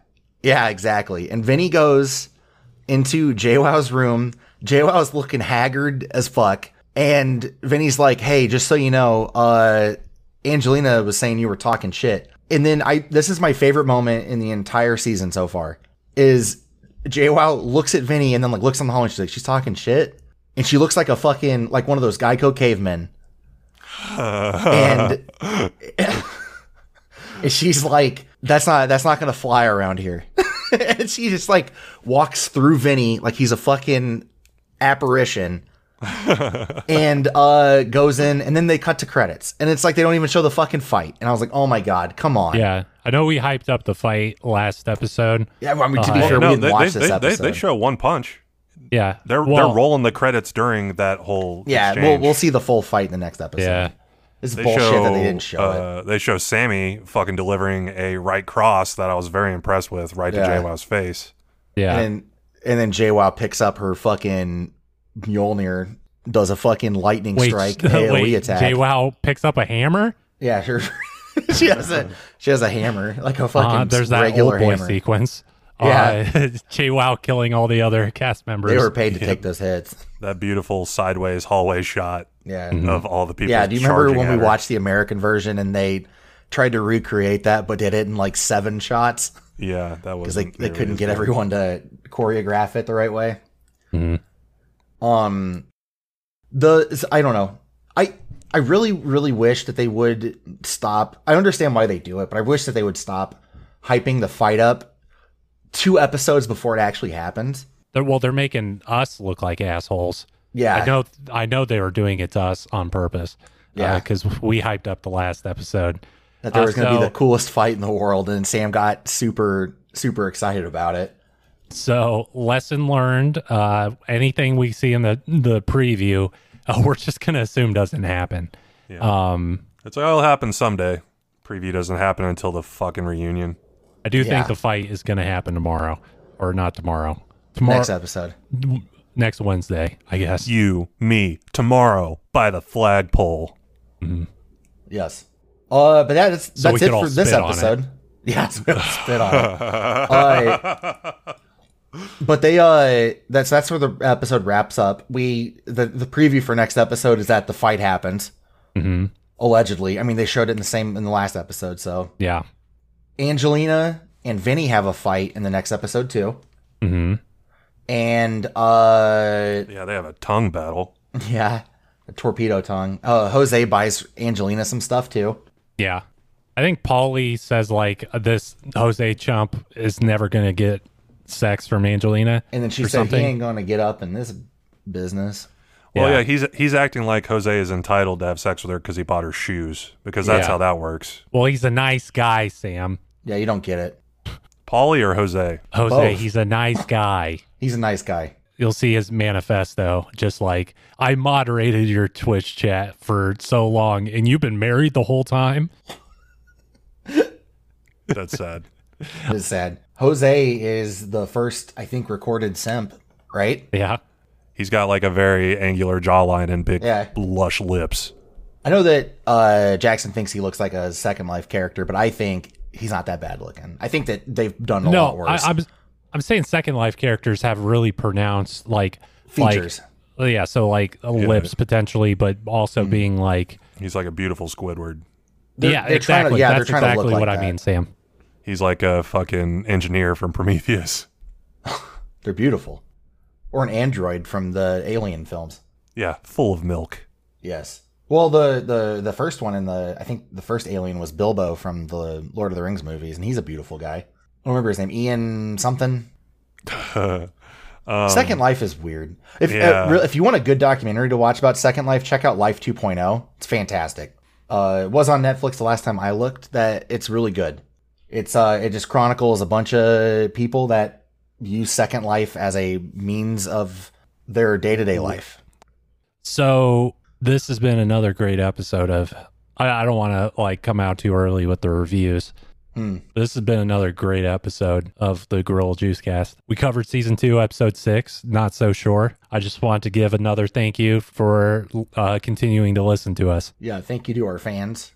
Speaker 6: yeah, exactly. And Vinny goes into JWoww's room. JWoww's looking haggard as fuck. And Vinny's like, hey, just so you know, uh, Angelina was saying you were talking shit. And then I, this is my favorite moment in the entire season so far is JWoww looks at Vinny and then like looks on the hall and she's like, she's talking shit. And she looks like a fucking, like one of those Geico cavemen. and, and she's like, that's not, that's not going to fly around here. and she just like walks through Vinny like he's a fucking apparition and uh goes in and then they cut to credits and it's like they don't even show the fucking fight and I was like oh my god come on
Speaker 7: Yeah, I know we hyped up the fight last episode.
Speaker 6: yeah well, I mean, to be
Speaker 7: Uh,
Speaker 6: fair
Speaker 5: no,
Speaker 6: we didn't
Speaker 5: they,
Speaker 6: watch
Speaker 5: they,
Speaker 6: this
Speaker 5: they- they-
Speaker 6: episode
Speaker 5: they show one punch.
Speaker 7: Yeah,
Speaker 5: They're
Speaker 7: Well,
Speaker 5: they're rolling the credits during that whole.
Speaker 6: yeah we'll,
Speaker 5: exchange.
Speaker 6: we'll see the full fight in the next episode
Speaker 7: Yeah,
Speaker 6: it's
Speaker 5: They
Speaker 6: bullshit
Speaker 5: show,
Speaker 6: that they didn't show it
Speaker 5: uh, They show Sammy fucking delivering a right cross that I was very impressed with, right
Speaker 6: Yeah.
Speaker 5: to JWoww's face.
Speaker 7: yeah.
Speaker 6: and and then JWoww picks up her fucking Mjolnir does a fucking lightning strike AoE attack
Speaker 7: JWoww picks up a hammer.
Speaker 6: yeah sure she has a she has a hammer like a fucking
Speaker 7: Uh, there's that
Speaker 6: regular
Speaker 7: old boy
Speaker 6: hammer
Speaker 7: sequence.
Speaker 6: Yeah.
Speaker 7: uh, JWoww killing all the other cast members.
Speaker 6: They were paid to take those hits.
Speaker 5: That beautiful sideways hallway shot
Speaker 6: Yeah.
Speaker 5: of all the people.
Speaker 6: Mm. Yeah. Do you remember
Speaker 5: charging
Speaker 6: when
Speaker 5: at
Speaker 6: we
Speaker 5: her.
Speaker 6: watched the American version and they tried to recreate that, but did it in like seven shots
Speaker 5: Yeah, that was
Speaker 6: because they, they couldn't get everyone to choreograph it the right way.
Speaker 7: Mhm.
Speaker 6: Um, the I don't know. I I really really wish that they would stop. I understand why they do it, but I wish that they would stop hyping the fight up two episodes before it actually happened.
Speaker 7: They're, well, they're making us look like assholes.
Speaker 6: Yeah,
Speaker 7: I know. I know they were doing it to us on purpose.
Speaker 6: Yeah.
Speaker 7: because we hyped up the last episode.
Speaker 6: that there
Speaker 7: Uh,
Speaker 6: was going to
Speaker 7: so-
Speaker 6: be the coolest fight in the world, and Sam got super super excited about it.
Speaker 7: So lesson learned. Uh, anything we see in the the preview, uh, we're just gonna assume doesn't happen. Um,
Speaker 5: It's like, oh, it'll happen someday. Preview doesn't happen until the fucking reunion.
Speaker 7: I do
Speaker 6: Yeah.
Speaker 7: think the fight is gonna happen tomorrow, or not tomorrow. Tomorrow,
Speaker 6: Next
Speaker 7: next,
Speaker 6: episode.
Speaker 7: Wednesday, I guess.
Speaker 5: You, me, tomorrow by the flagpole.
Speaker 6: Yes. Uh, but that's
Speaker 7: So
Speaker 6: that's
Speaker 7: we could
Speaker 6: it
Speaker 7: all
Speaker 6: for this
Speaker 7: spit on it.
Speaker 6: episode. Yeah, so we'll spit on it. Uh, but they uh, that's that's where the episode wraps up. We the the preview for next episode is that the fight happens
Speaker 7: hmm
Speaker 6: allegedly. I mean, they showed it in the same in the last episode. So
Speaker 7: Yeah.
Speaker 6: Angelina and Vinny have a fight in the next episode too.
Speaker 7: hmm
Speaker 6: And uh,
Speaker 5: Yeah, they have a tongue battle.
Speaker 6: yeah, a torpedo tongue. Uh, Jose buys Angelina some stuff too.
Speaker 7: Yeah. I think Paulie says like this Jose chump is never gonna get sex from Angelina.
Speaker 6: And then she
Speaker 7: or
Speaker 6: said
Speaker 7: something.
Speaker 6: he ain't gonna get up in this business.
Speaker 5: Well,
Speaker 7: Yeah.
Speaker 5: yeah. he's he's acting like Jose is entitled to have sex with her because he bought her shoes because that's
Speaker 7: Yeah.
Speaker 5: how that works.
Speaker 7: Well, he's a nice guy, Sam.
Speaker 6: Yeah, you don't get it.
Speaker 5: Polly or Jose?
Speaker 7: Jose,
Speaker 6: Both.
Speaker 7: he's a nice guy.
Speaker 6: He's a nice guy.
Speaker 7: You'll see his manifesto, just like I moderated your Twitch chat for so long, and you've been married the whole time.
Speaker 5: That's sad.
Speaker 6: It's sad. Jose is the first, I think, recorded simp, right?
Speaker 7: Yeah,
Speaker 5: He's got like a very angular jawline and big
Speaker 6: Yeah.
Speaker 5: lush lips.
Speaker 6: I know that uh, Jackson thinks he looks like a Second Life character, but I think he's not that bad looking. I think that they've done a lot
Speaker 7: no, I,
Speaker 6: worse
Speaker 7: I'm I'm saying Second Life characters have really pronounced like
Speaker 6: features.
Speaker 7: Like, yeah, so like lips potentially, but also being like
Speaker 5: He's like a beautiful Squidward.
Speaker 7: yeah,
Speaker 6: Mm-hmm. they're trying to-
Speaker 7: exactly.
Speaker 6: yeah, they're
Speaker 7: That's
Speaker 6: trying to look
Speaker 7: exactly
Speaker 6: like
Speaker 7: what I
Speaker 6: that.
Speaker 7: mean, Sam.
Speaker 5: He's like a fucking engineer from Prometheus.
Speaker 6: They're beautiful, or an android from the Alien films.
Speaker 5: Yeah, full of milk.
Speaker 6: Yes. Well, the the the first one in the I think the first Alien was Bilbo from the Lord of the Rings movies, and he's a beautiful guy. I don't remember his name, Ian something.
Speaker 5: Um,
Speaker 6: Second Life is weird. If
Speaker 5: yeah.
Speaker 6: uh, re- if you want a good documentary to watch about Second Life, check out Life 2.0. It's fantastic. Uh, it was on Netflix the last time I looked. That it's really good. It's uh, it just chronicles a bunch of people that use Second Life as a means of their day to day life.
Speaker 7: So this has been another great episode of. I, I don't want to like come out too early with the reviews.
Speaker 6: Hmm.
Speaker 7: This has been another great episode of the Gorilla Juice Cast. We covered season two, episode six. Not so sure. I just want to give another thank you for uh, continuing to listen to us.
Speaker 6: Yeah, thank you to our fans.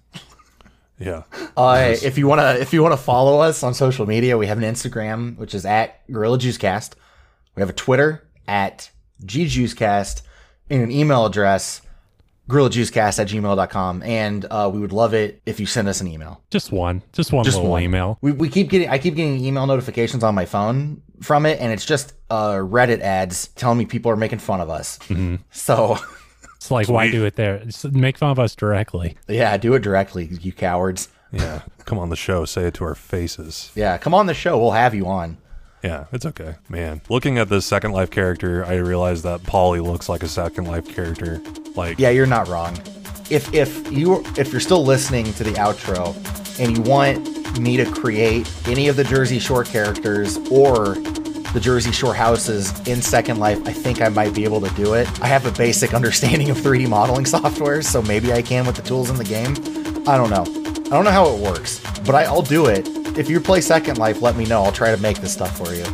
Speaker 5: Yeah.
Speaker 6: Uh, if you wanna if you wanna follow us on social media, we have an Instagram which is at Gorilla Juicecast. We have a Twitter at GJuicecast and an email address GorillaJuicecast at gmail.com. And uh, we would love it if you send us an email.
Speaker 7: Just one, just one
Speaker 6: Just
Speaker 7: little
Speaker 6: one.
Speaker 7: email.
Speaker 6: We, we keep getting I keep getting email notifications on my phone from it, and it's just uh, Reddit ads telling me people are making fun of us. So
Speaker 7: It's like why
Speaker 5: Sweet.
Speaker 7: do it there? Just make fun of us directly.
Speaker 6: yeah, do it directly, you cowards.
Speaker 5: Yeah. Come on the show, say it to our faces.
Speaker 6: Yeah, come on the show, we'll have you on.
Speaker 5: Yeah, it's okay. Man, looking at this Second Life character, I realized that Polly looks like a Second Life character. Like,
Speaker 6: Yeah, you're not wrong. If if you if you're still listening to the outro and you want me to create any of the Jersey Shore characters or the Jersey Shore houses in Second Life, I think I might be able to do it. I have a basic understanding of 3D modeling software, so maybe I can with the tools in the game. I don't know. I don't know how it works, but I, I'll do it. If you play Second Life, let me know. I'll try to make this stuff for you.